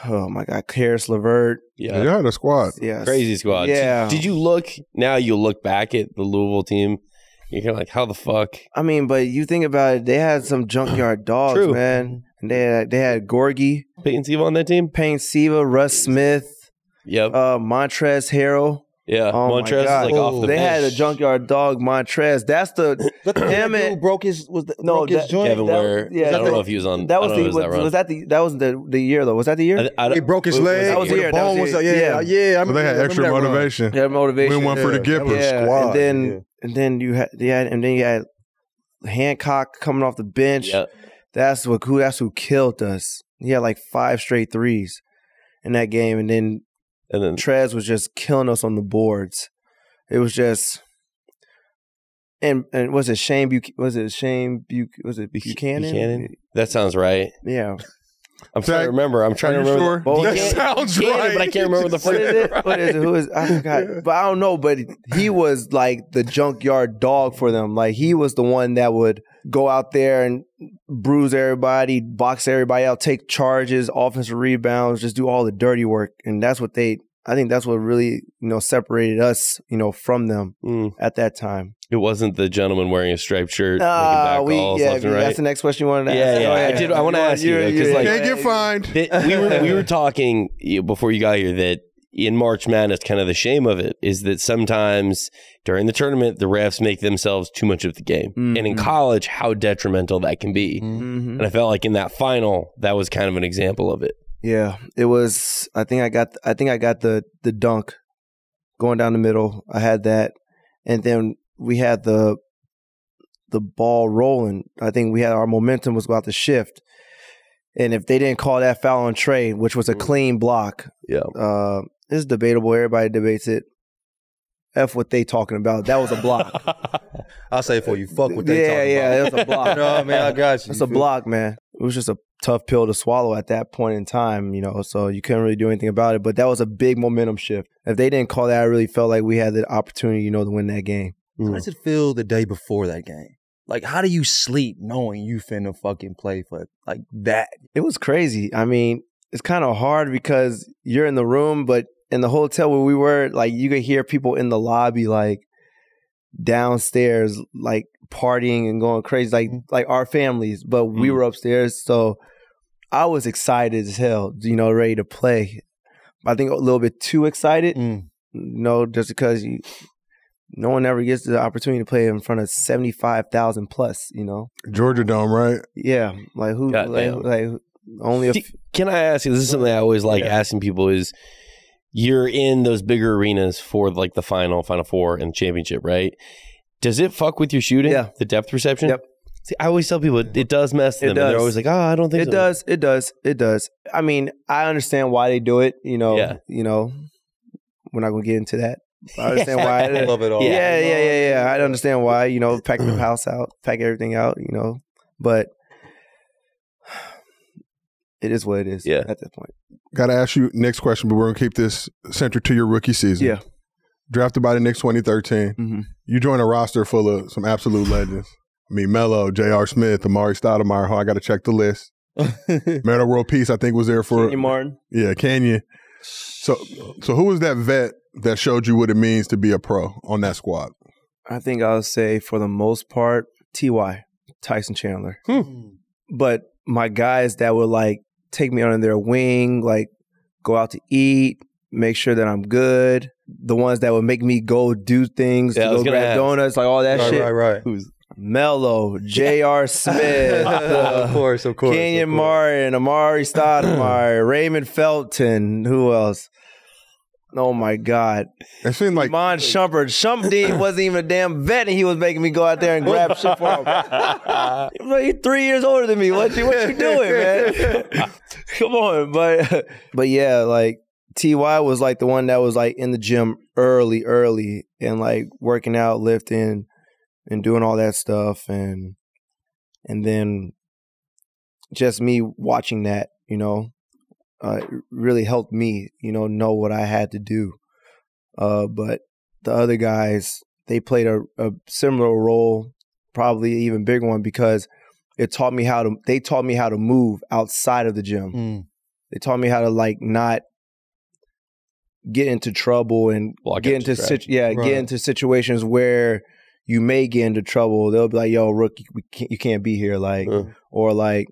[SPEAKER 2] Oh my God, Karis Levert.
[SPEAKER 4] yeah.
[SPEAKER 5] Y'all had a squad.
[SPEAKER 2] Yes.
[SPEAKER 4] Crazy squad. Did-
[SPEAKER 2] Yeah.
[SPEAKER 4] Did, you look? Now you look back at the Louisville team. You're kind of like, how the fuck?
[SPEAKER 2] I mean, but you think about it, they had some
[SPEAKER 4] <clears throat>
[SPEAKER 2] junkyard dogs,
[SPEAKER 4] True.
[SPEAKER 2] man. And they had they had Gorgie,
[SPEAKER 4] Peyton Siva on that team?
[SPEAKER 2] Payne Siva, Russ Smith,
[SPEAKER 4] Yep.
[SPEAKER 2] uh, Montrez Harrell.
[SPEAKER 4] yeah.
[SPEAKER 2] oh my
[SPEAKER 4] Montrez is
[SPEAKER 2] God.
[SPEAKER 4] like off the
[SPEAKER 2] they had a
[SPEAKER 4] bench.
[SPEAKER 2] junkyard dog, Montrez. That's
[SPEAKER 4] <clears throat>
[SPEAKER 2] the Damn it.
[SPEAKER 1] Dude broke his was the,
[SPEAKER 2] No,
[SPEAKER 1] broke his
[SPEAKER 2] that-
[SPEAKER 1] joint.
[SPEAKER 4] Kevin
[SPEAKER 2] that-
[SPEAKER 4] Ware.
[SPEAKER 2] yeah,
[SPEAKER 4] I don't
[SPEAKER 2] that-
[SPEAKER 4] know if he was on.
[SPEAKER 2] that was
[SPEAKER 4] I
[SPEAKER 2] the
[SPEAKER 4] don't know if
[SPEAKER 2] was,
[SPEAKER 4] it was
[SPEAKER 2] was that the that was the the year though. Was that the year?
[SPEAKER 4] I, I,
[SPEAKER 1] he broke his leg.
[SPEAKER 2] That was the
[SPEAKER 1] the
[SPEAKER 2] year, that
[SPEAKER 1] Bone
[SPEAKER 2] was
[SPEAKER 1] was,
[SPEAKER 2] the year.
[SPEAKER 1] yeah, yeah. yeah I
[SPEAKER 5] So they had
[SPEAKER 1] remember
[SPEAKER 5] extra
[SPEAKER 1] that run.
[SPEAKER 5] motivation.
[SPEAKER 2] yeah,
[SPEAKER 5] We
[SPEAKER 2] motivation.
[SPEAKER 5] won for the
[SPEAKER 1] Yeah, that
[SPEAKER 5] Gippers.
[SPEAKER 1] was-
[SPEAKER 2] yeah,
[SPEAKER 1] squad,
[SPEAKER 2] and then
[SPEAKER 1] yeah.
[SPEAKER 2] and then you had yeah, and then you had Hancock coming off the bench.
[SPEAKER 4] yeah.
[SPEAKER 2] That's what who that's who killed us. He had like five straight threes. in that game, and then
[SPEAKER 4] And then
[SPEAKER 2] Trez was just killing us on the boards. It was just, and and was it Shane? Buch- was it Shane? Buch- was it
[SPEAKER 4] Buch-
[SPEAKER 2] Buchanan?
[SPEAKER 4] Buchanan? That sounds right.
[SPEAKER 2] Yeah.
[SPEAKER 4] I'm trying
[SPEAKER 5] Zach,
[SPEAKER 4] to remember. I'm trying
[SPEAKER 5] Are
[SPEAKER 4] to
[SPEAKER 5] you
[SPEAKER 4] remember.
[SPEAKER 5] sure?
[SPEAKER 2] Both-
[SPEAKER 5] that
[SPEAKER 2] Buchanan-
[SPEAKER 5] <laughs> sounds
[SPEAKER 4] Buchanan,
[SPEAKER 5] right.
[SPEAKER 4] but I can't remember
[SPEAKER 2] <laughs>
[SPEAKER 4] the
[SPEAKER 2] What is
[SPEAKER 4] first-
[SPEAKER 2] it? What
[SPEAKER 4] <laughs>
[SPEAKER 2] is it? Who is? I forgot. But I don't know. But he was like the junkyard dog for them. Like he was the one that would go out there and bruise everybody, box everybody out, take charges, offensive rebounds, just do all the dirty work. And that's what they. I think that's what really you know separated us you know from them
[SPEAKER 4] Mm.
[SPEAKER 2] at that time.
[SPEAKER 4] It wasn't the gentleman wearing a striped shirt.
[SPEAKER 2] Ah,
[SPEAKER 4] making back calls left and
[SPEAKER 2] That's
[SPEAKER 4] right.
[SPEAKER 2] the next question you wanted to
[SPEAKER 4] Yeah,
[SPEAKER 2] ask.
[SPEAKER 4] yeah,
[SPEAKER 2] Go
[SPEAKER 4] I
[SPEAKER 2] ahead.
[SPEAKER 4] did- I wanna
[SPEAKER 2] want-
[SPEAKER 4] ask you, though, 'cause, like-
[SPEAKER 5] Can't get fined.
[SPEAKER 4] That- we were we were talking you know, before you got here that in March Madness, kind of the shame of it is that sometimes during the tournament the refs make themselves too much of the game, and in
[SPEAKER 5] Mm-hmm.
[SPEAKER 2] Mhm.
[SPEAKER 4] college how detrimental that can be.
[SPEAKER 2] Mhm.
[SPEAKER 4] And I felt like in that final that was kind of an example of it.
[SPEAKER 2] Yeah, it was. I think I got. I think I got the the dunk going down the middle. I had that, and then we had the the ball rolling. I think we had our momentum was about to shift, and if they didn't call that foul on Trey, which was a
[SPEAKER 1] Mm.
[SPEAKER 2] clean block,
[SPEAKER 4] Yeah.
[SPEAKER 2] uh, it's debatable. Everybody debates it. F what they talking about. That was a
[SPEAKER 1] <laughs>
[SPEAKER 2] block. <laughs>
[SPEAKER 1] I'll say for you, fuck what they
[SPEAKER 2] yeah,
[SPEAKER 1] talking
[SPEAKER 2] yeah,
[SPEAKER 1] about.
[SPEAKER 2] that was a block.
[SPEAKER 1] no, man, I got <laughs> you.
[SPEAKER 2] That's
[SPEAKER 1] You feel-
[SPEAKER 2] a block, man. It was just a tough pill to swallow at that point in time, you know, so you couldn't really do anything about it. But that was a big momentum shift. If they didn't call that, I really felt like we had the opportunity, you know, to win that game.
[SPEAKER 1] How does it feel the day before that game? Like, how do you sleep knowing you finna fucking play for like that?
[SPEAKER 2] It was crazy. I mean, it's kind of hard because you're in the room, but in the hotel where we were, like, you could hear people in the lobby, like, downstairs, like, partying and going crazy, like, like our families, but we
[SPEAKER 4] Mhm.
[SPEAKER 2] were upstairs. So I was excited as hell, you know, ready to play. I think a little bit too excited, you know, just because you, no one ever gets the opportunity to play in front of 75,000 plus, you know?
[SPEAKER 5] Georgia Dome, right?
[SPEAKER 2] Yeah. Like, who, like,
[SPEAKER 4] Goddamn.
[SPEAKER 2] like, only a
[SPEAKER 4] Do-
[SPEAKER 2] f-
[SPEAKER 4] Can I ask you? This is something I always like asking people: is you're in those bigger arenas for like the final, final four, and the championship, right? Does it fuck with your shooting?
[SPEAKER 2] Yeah.
[SPEAKER 4] The depth perception.
[SPEAKER 2] Yep.
[SPEAKER 4] See, I always tell people it, it does mess
[SPEAKER 2] It
[SPEAKER 4] them. And they're
[SPEAKER 2] does.
[SPEAKER 4] always like, "Oh, I don't think
[SPEAKER 2] It
[SPEAKER 4] so."
[SPEAKER 2] does. It does. It does. I mean, I understand why they do it. You know.
[SPEAKER 4] Yeah.
[SPEAKER 2] You know. We're not gonna get into that. I understand why.
[SPEAKER 1] I love it all.
[SPEAKER 4] <laughs> Yeah.
[SPEAKER 2] yeah, yeah, yeah, yeah. I understand why. You know, pack
[SPEAKER 4] <clears throat>
[SPEAKER 2] the house out, pack everything out. You know, but <sighs> it is what it is.
[SPEAKER 4] Yeah.
[SPEAKER 2] At this point.
[SPEAKER 5] Got to ask you next question, but we're gonna keep this centered to your rookie season.
[SPEAKER 2] Yeah.
[SPEAKER 5] Drafted by the Knicks 2013.
[SPEAKER 2] Mhm.
[SPEAKER 5] You join a roster full of some absolute legends. I mean, Melo, J.R. Smith, Amari Stoudemire. Who I got to check
[SPEAKER 2] <laughs>
[SPEAKER 5] the list. Metal World Peace, I think, was there for
[SPEAKER 2] Kenny Martin.
[SPEAKER 5] yeah, Canyon. So, so who was that vet that showed you what it means to be a pro on that squad?
[SPEAKER 2] I think I'll say for the most part, Ty Tyson Chandler.
[SPEAKER 4] Hmm.
[SPEAKER 2] But my guys that would like take me under their wing, like go out to eat, make sure that I'm good. The ones that would make me go do things,
[SPEAKER 4] Yeah, I
[SPEAKER 2] to
[SPEAKER 4] was
[SPEAKER 2] go
[SPEAKER 4] gonna
[SPEAKER 2] grab
[SPEAKER 4] ask.
[SPEAKER 2] donuts, like all that
[SPEAKER 1] right,
[SPEAKER 2] shit.
[SPEAKER 1] right, right.
[SPEAKER 2] Mello, J.R. Smith,
[SPEAKER 1] <laughs> of
[SPEAKER 2] uh,
[SPEAKER 1] course, of course. of
[SPEAKER 2] Kenyon
[SPEAKER 1] course. <clears throat>
[SPEAKER 2] Martin, Amari Stoudemire, Raymond Felton. Who else? Oh my God.
[SPEAKER 5] It seemed like
[SPEAKER 2] Mon Shumpert. Shumpty wasn't even a damn vet, and he was making me go out there and grab shit for him. He was like, He's three years older than me. What you what you doing, man? <laughs> Come on, but but yeah, like Ty was like the one that was like in the gym early, early, and like working out, lifting, and doing all that stuff, and and then just me watching that, you know, uh, really helped me, you know, know what I had to do uh, but the other guys they played a, a similar role, probably even bigger one because it taught me how to. They taught me how to move outside of the gym.
[SPEAKER 1] Mm.
[SPEAKER 2] They taught me how to like not get into trouble and
[SPEAKER 4] Block
[SPEAKER 2] get
[SPEAKER 4] out
[SPEAKER 2] into
[SPEAKER 4] distractions.
[SPEAKER 2] situ- yeah
[SPEAKER 1] Right.
[SPEAKER 2] get into situations where you may get into trouble. They'll be like, "Yo, rookie, we can't, you can't be here," like
[SPEAKER 4] Uh.
[SPEAKER 2] or like,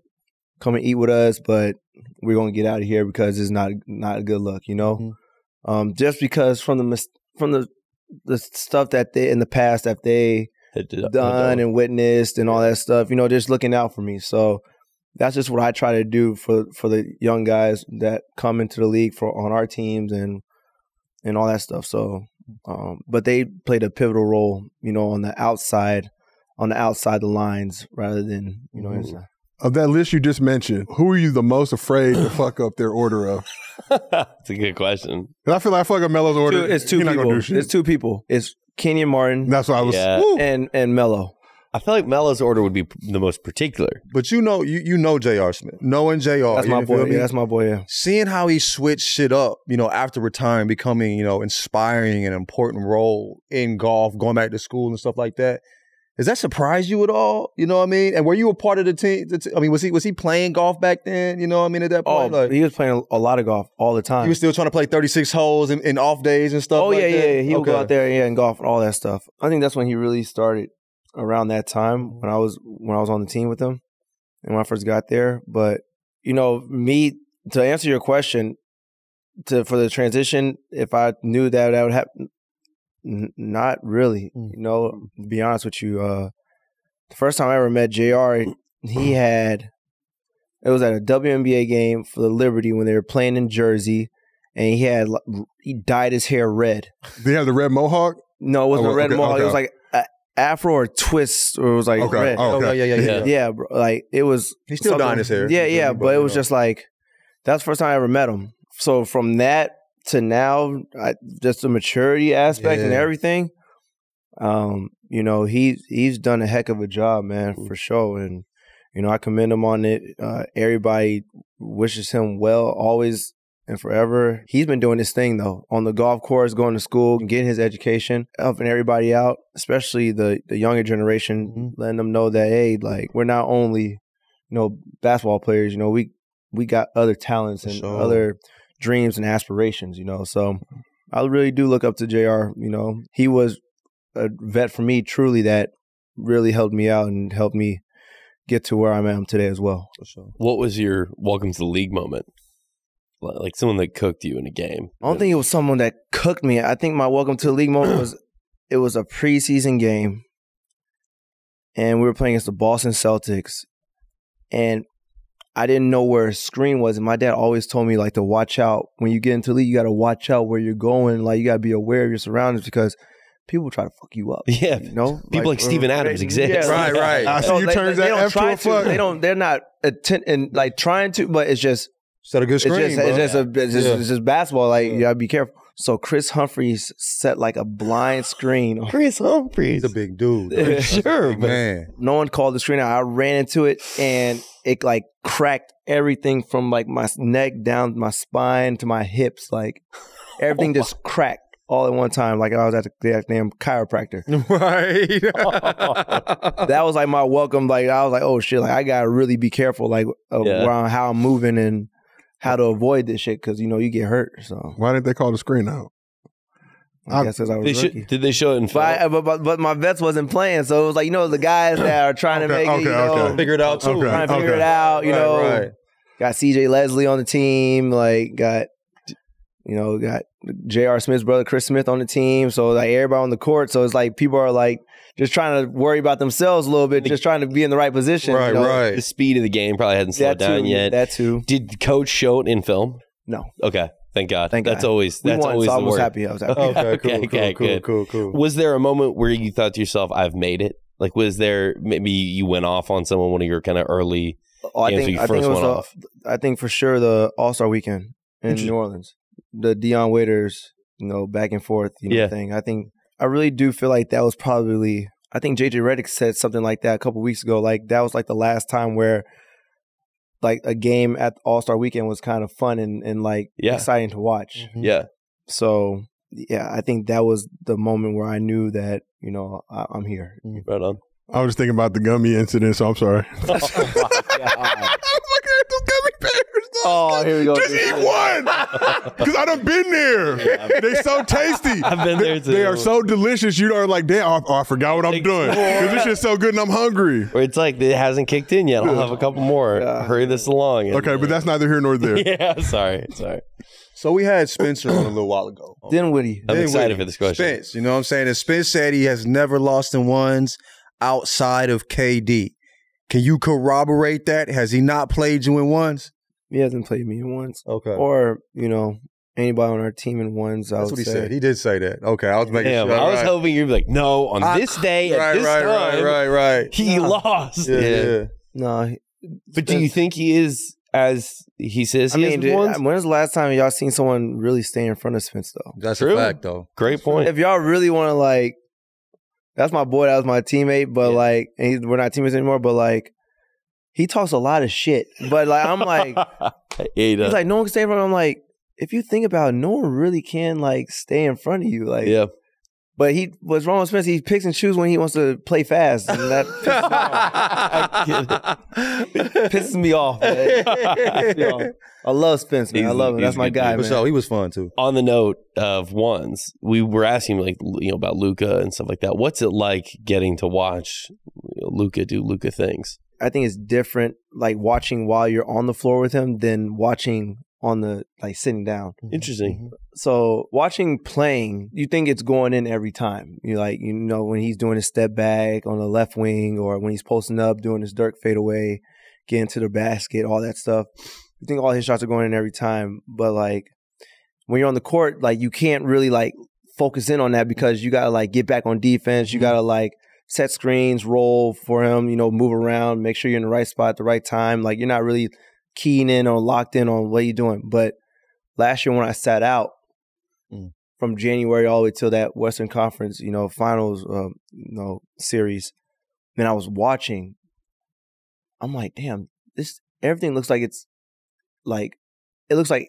[SPEAKER 2] "Come and eat with us," but we're gonna get out of here because it's not not good luck, you know.
[SPEAKER 1] Mhm.
[SPEAKER 2] Um, just because from the mis- from the the stuff that they in the past that they
[SPEAKER 4] It did- <laughs>
[SPEAKER 2] done and witnessed and all that stuff. You know, just looking out for me. So that's just what I try to do for for the young guys that come into the league for on our teams and and all that stuff. So, um, but they played a pivotal role, you know, on the outside, on the outside the lines rather than you know.
[SPEAKER 4] Mhm.
[SPEAKER 2] inside.
[SPEAKER 5] Of that list you just mentioned, who are you the most afraid
[SPEAKER 2] <clears throat>
[SPEAKER 5] to fuck up their order of?
[SPEAKER 4] It's a good question.
[SPEAKER 5] 'Cause I feel like I fuck up Melo's order.
[SPEAKER 2] It's two
[SPEAKER 5] He not gonna
[SPEAKER 2] people.
[SPEAKER 5] do shit.
[SPEAKER 2] It's two people. It's Kenyon Martin
[SPEAKER 5] That's why I was.
[SPEAKER 4] Yeah.
[SPEAKER 2] and and Mello.
[SPEAKER 4] I feel like Mello's order would be p- the most particular.
[SPEAKER 1] But you know, you you know J.R. Smith. Knowing J.R.
[SPEAKER 2] That's
[SPEAKER 1] Oh, you
[SPEAKER 2] my
[SPEAKER 1] feel
[SPEAKER 2] boy.
[SPEAKER 1] me?
[SPEAKER 2] Yeah, that's my boy. Yeah.
[SPEAKER 1] Seeing how he switched shit up, you know, after retiring, becoming, you know, inspiring and important role in golf, going back to school and stuff like that. Does that surprise you at all? You know what I mean? And were you a part of the team? the t- I mean, was he was he playing golf back then? You know what I mean? At that
[SPEAKER 2] Oh,
[SPEAKER 1] point, like,
[SPEAKER 2] he was playing a, a lot of golf all the time.
[SPEAKER 1] he was still trying to play thirty six holes in, in off days and stuff.
[SPEAKER 2] oh
[SPEAKER 1] like
[SPEAKER 2] yeah,
[SPEAKER 1] that?
[SPEAKER 2] yeah. yeah. He would go
[SPEAKER 1] Okay.
[SPEAKER 2] out there, yeah, and golf and all that stuff. I think that's when he really started around that
[SPEAKER 1] Mm-hmm.
[SPEAKER 2] time when I was when I was on the team with him and when I first got there. But you know, me to answer your question, to for the transition, if I knew that that would happen, n- not really.
[SPEAKER 1] Mm.
[SPEAKER 2] You know, to be honest with you, uh, the first time I ever met Jr. He had it was at a WNBA game for the Liberty when they were playing in Jersey, and he had li- he dyed his hair red.
[SPEAKER 5] They have the red mohawk.
[SPEAKER 2] No, it wasn't
[SPEAKER 5] Oh,
[SPEAKER 2] a red
[SPEAKER 5] okay,
[SPEAKER 2] mohawk.
[SPEAKER 5] okay.
[SPEAKER 2] It was like a afro or twist, or it was like
[SPEAKER 5] Okay.
[SPEAKER 2] red.
[SPEAKER 5] Oh,
[SPEAKER 1] Oh,
[SPEAKER 5] okay.
[SPEAKER 1] yeah, yeah, yeah,
[SPEAKER 4] Yeah.
[SPEAKER 1] yeah.
[SPEAKER 2] Yeah, bro, like it was.
[SPEAKER 1] He's still
[SPEAKER 2] something-
[SPEAKER 1] dyeing his hair.
[SPEAKER 2] Yeah,
[SPEAKER 1] He's
[SPEAKER 2] yeah,
[SPEAKER 1] really
[SPEAKER 2] but it
[SPEAKER 1] bugging
[SPEAKER 2] was
[SPEAKER 1] out.
[SPEAKER 2] just like that's the first time I ever met him. So from that to now, I, just the maturity aspect and
[SPEAKER 1] Yeah.
[SPEAKER 2] everything. Um, you know, he he's done a heck of a job, man,
[SPEAKER 1] Mm.
[SPEAKER 2] for sure. And you know, I commend him on it. Uh, everybody wishes him well, always and forever. He's been doing this thing though on the golf course, going to school, getting his education, helping everybody out, especially the the younger generation, letting them know that hey, like we're not only you know basketball players, you know we we got other talents and
[SPEAKER 1] sure.
[SPEAKER 2] other dreams and aspirations, you know. So I really do look up to Jr. You know, he was a vet for me, truly that really helped me out and helped me get to where I'm at today as well.
[SPEAKER 4] What was your welcome to the league moment? Li- Like someone that cooked you in a game.
[SPEAKER 2] I don't think it was someone that cooked me. I think my welcome to the league moment was it was a preseason game, and we were playing against the Boston Celtics, and I didn't know where a screen was. And my dad always told me like to watch out when you get into the league. You got to watch out where you're going. Like you got to be aware of your surroundings because people try to fuck you
[SPEAKER 5] <laughs>
[SPEAKER 2] up.
[SPEAKER 4] <laughs> Yeah.
[SPEAKER 2] You know,
[SPEAKER 4] People like Steven Adams exist.
[SPEAKER 1] Right, right.
[SPEAKER 4] <laughs>
[SPEAKER 5] I see
[SPEAKER 2] No,
[SPEAKER 5] you
[SPEAKER 2] they-
[SPEAKER 5] turns
[SPEAKER 2] they,
[SPEAKER 5] that
[SPEAKER 2] don't
[SPEAKER 5] F to
[SPEAKER 2] try
[SPEAKER 5] a fuck.
[SPEAKER 2] They don't. They're not atten- and like trying to, but it's just
[SPEAKER 1] Set a good screen.
[SPEAKER 2] it's just,
[SPEAKER 1] bro.
[SPEAKER 2] it's just, a, it's just,
[SPEAKER 1] Yeah.
[SPEAKER 2] it's just basketball. Like you gotta be careful. So Chris Humphreys set like a blind screen.
[SPEAKER 4] Chris Humphries.
[SPEAKER 1] He's <laughs> a big dude.
[SPEAKER 2] <laughs>
[SPEAKER 4] sure, but
[SPEAKER 1] Man.
[SPEAKER 2] No one called the screen out. I ran into it and it like cracked everything from like my neck down to my spine to my hips. Like everything just cracked all at one time. Like I was at the goddamn chiropractor.
[SPEAKER 1] right.
[SPEAKER 2] that was like my welcome. Like I was like, oh shit, like I gotta really be careful, like of
[SPEAKER 4] Yeah.
[SPEAKER 2] where I'm- how I'm moving and how to avoid this shit because you know you get hurt. So
[SPEAKER 5] Why didn't they call the screen out?
[SPEAKER 2] I,
[SPEAKER 5] I-
[SPEAKER 2] guess because I was
[SPEAKER 4] <laughs> they
[SPEAKER 2] rookie.
[SPEAKER 4] should, did they show it in
[SPEAKER 2] But,
[SPEAKER 4] five?
[SPEAKER 2] I, but, but but my vets wasn't playing, so it was like you know the guys that are trying to make
[SPEAKER 5] Okay,
[SPEAKER 2] it, you
[SPEAKER 5] okay,
[SPEAKER 2] know,
[SPEAKER 5] okay.
[SPEAKER 1] Figure it out too.
[SPEAKER 5] Okay.
[SPEAKER 2] trying to figure it out. You
[SPEAKER 1] Right,
[SPEAKER 2] know,
[SPEAKER 1] right.
[SPEAKER 2] got C.J. Leslie on the team, like got you know got J.R. Smith's brother Chris Smith on the team, so like everybody on the court. So it's like people are like just trying to worry about themselves a little bit, just trying to be in the right position. you <laughs>
[SPEAKER 1] Right,
[SPEAKER 2] know?
[SPEAKER 4] The
[SPEAKER 1] right.
[SPEAKER 4] speed of the game probably hadn't slowed
[SPEAKER 2] That
[SPEAKER 4] down
[SPEAKER 2] too,
[SPEAKER 4] yet.
[SPEAKER 2] that too.
[SPEAKER 4] Did the coach show it in film?
[SPEAKER 2] No,
[SPEAKER 4] Okay, thank God.
[SPEAKER 2] Thank
[SPEAKER 4] that's
[SPEAKER 2] God.
[SPEAKER 4] always
[SPEAKER 2] we
[SPEAKER 4] that's
[SPEAKER 2] won,
[SPEAKER 4] always
[SPEAKER 2] so I
[SPEAKER 4] the
[SPEAKER 2] was
[SPEAKER 4] word.
[SPEAKER 2] happy. I was happy.
[SPEAKER 1] Okay, cool,
[SPEAKER 4] <laughs>
[SPEAKER 1] cool,
[SPEAKER 4] Okay, okay,
[SPEAKER 1] cool,
[SPEAKER 4] good.
[SPEAKER 1] cool, cool.
[SPEAKER 2] <laughs>
[SPEAKER 4] Was there a moment where you thought to yourself, "I've made it"? Like, was there maybe you went off on someone one of your kind of early?
[SPEAKER 2] Oh, I
[SPEAKER 4] games
[SPEAKER 2] think
[SPEAKER 4] when you
[SPEAKER 2] I think
[SPEAKER 4] first
[SPEAKER 2] it was
[SPEAKER 4] went
[SPEAKER 2] the-
[SPEAKER 4] off?
[SPEAKER 2] I think for sure the All Star Weekend in
[SPEAKER 4] Interesting.
[SPEAKER 2] New Orleans, the Dion Waiters, you know, back and forth, you know,
[SPEAKER 4] Yeah.
[SPEAKER 2] thing. I think I really do feel like that was probably. I think JJ Redick said something like that a couple weeks ago. Like that was like the last time where, like, a game at All Star Weekend was kind of fun and and like
[SPEAKER 4] Yeah.
[SPEAKER 2] exciting to watch.
[SPEAKER 1] Mm-hmm.
[SPEAKER 4] Yeah,
[SPEAKER 2] So yeah, I think that was the moment where I knew that you know I, I'm here.
[SPEAKER 4] right on.
[SPEAKER 5] I was just thinking about the gummy incident, so I'm sorry. <laughs>
[SPEAKER 2] Oh, here we go.
[SPEAKER 5] Just eat one, because I done been there. They so tasty.
[SPEAKER 4] I've
[SPEAKER 2] <laughs>
[SPEAKER 4] been there too.
[SPEAKER 5] They are so delicious. You are like, damn, oh, I forgot what I'm doing. Because this shit's so good and I'm hungry.
[SPEAKER 4] Or it's like it hasn't kicked in yet. I'll have a couple more. Hurry this along. And-
[SPEAKER 5] Okay, but that's neither here nor there.
[SPEAKER 4] <laughs> yeah. Sorry, sorry.
[SPEAKER 1] So we had Spencer on a little while ago.
[SPEAKER 2] Dinwiddie.
[SPEAKER 4] I'm
[SPEAKER 1] Then
[SPEAKER 4] excited
[SPEAKER 1] with
[SPEAKER 4] for this question.
[SPEAKER 1] Spence, you know what I'm saying? And Spence said he has never lost in ones outside of KD. Can you corroborate that? Has he not played you in ones?
[SPEAKER 2] He hasn't played me once.
[SPEAKER 1] Okay.
[SPEAKER 2] or you know anybody on our team in ones. I
[SPEAKER 1] Oh. That's what
[SPEAKER 2] would
[SPEAKER 1] he
[SPEAKER 2] say.
[SPEAKER 1] said. He did say that. Okay, I was making
[SPEAKER 4] Damn,
[SPEAKER 1] sure.
[SPEAKER 4] I was
[SPEAKER 1] Right.
[SPEAKER 4] hoping you'd be like, no, on
[SPEAKER 1] I-
[SPEAKER 4] this day at
[SPEAKER 1] right,
[SPEAKER 4] this
[SPEAKER 1] right,
[SPEAKER 4] time, <laughs>
[SPEAKER 1] right, right, right.
[SPEAKER 4] he lost.
[SPEAKER 1] Yeah, yeah.
[SPEAKER 2] No, he-
[SPEAKER 4] But do you think he is as he says
[SPEAKER 2] I
[SPEAKER 4] he
[SPEAKER 2] mean,
[SPEAKER 4] is? with
[SPEAKER 2] dude,
[SPEAKER 4] ones?
[SPEAKER 2] when was the last time y'all seen someone really stay in front of this fence though?
[SPEAKER 1] That's
[SPEAKER 4] True.
[SPEAKER 1] a fact, though.
[SPEAKER 4] Great
[SPEAKER 2] <laughs>
[SPEAKER 4] point.
[SPEAKER 2] If y'all really want to like, that's my boy. That was my teammate. But
[SPEAKER 4] Yeah.
[SPEAKER 2] like, and he, we're not teammates anymore. But like, he talks a lot of shit. But like, I'm like,
[SPEAKER 4] <laughs> yeah, he does.
[SPEAKER 2] he's like, no one can stay in front. of him. I'm like, if you think about, it, no one really can like stay in front of you. Like,
[SPEAKER 4] <laughs> yeah.
[SPEAKER 2] But he what's wrong with Spence? He picks and chooses when he wants to play fast, and
[SPEAKER 4] <laughs>
[SPEAKER 2] that pisses me off.
[SPEAKER 1] <laughs>
[SPEAKER 2] pisses me off. man. Pisses
[SPEAKER 4] <laughs>
[SPEAKER 2] me off. I love Spence, man. I
[SPEAKER 4] He's-
[SPEAKER 2] love him.
[SPEAKER 4] he's
[SPEAKER 2] That's
[SPEAKER 4] a
[SPEAKER 2] my
[SPEAKER 4] good
[SPEAKER 2] guy,
[SPEAKER 4] dude.
[SPEAKER 1] For
[SPEAKER 2] man.
[SPEAKER 1] sure, he was fun too.
[SPEAKER 4] On the note of ones, we were asking like you know about Luca and stuff like that. What's it like getting to watch Luca do Luca things?
[SPEAKER 2] I think it's different, like watching while you're on the floor with him, than watching on the like sitting down.
[SPEAKER 1] Mm-hmm.
[SPEAKER 4] Interesting.
[SPEAKER 2] So watching playing, you think it's going in every time. You like you know when he's doing his step back on the left wing, or when he's posting up doing his Dirk fadeaway, getting to the basket, all that stuff. You think all his shots are going in every time, but like when you're on the court, like you can't really like focus in on that because you gotta like get back on defense. You gotta like set screens, roll for him. You know, move around, make sure you're in the right spot at the right time. Like you're not really keying in or locked in on what you're doing. But last year when I sat out
[SPEAKER 1] Mm.
[SPEAKER 2] from January all the way till that Western Conference, you know, finals, um, you know, series, then I was watching. I'm like, damn, this everything looks like it's like it looks like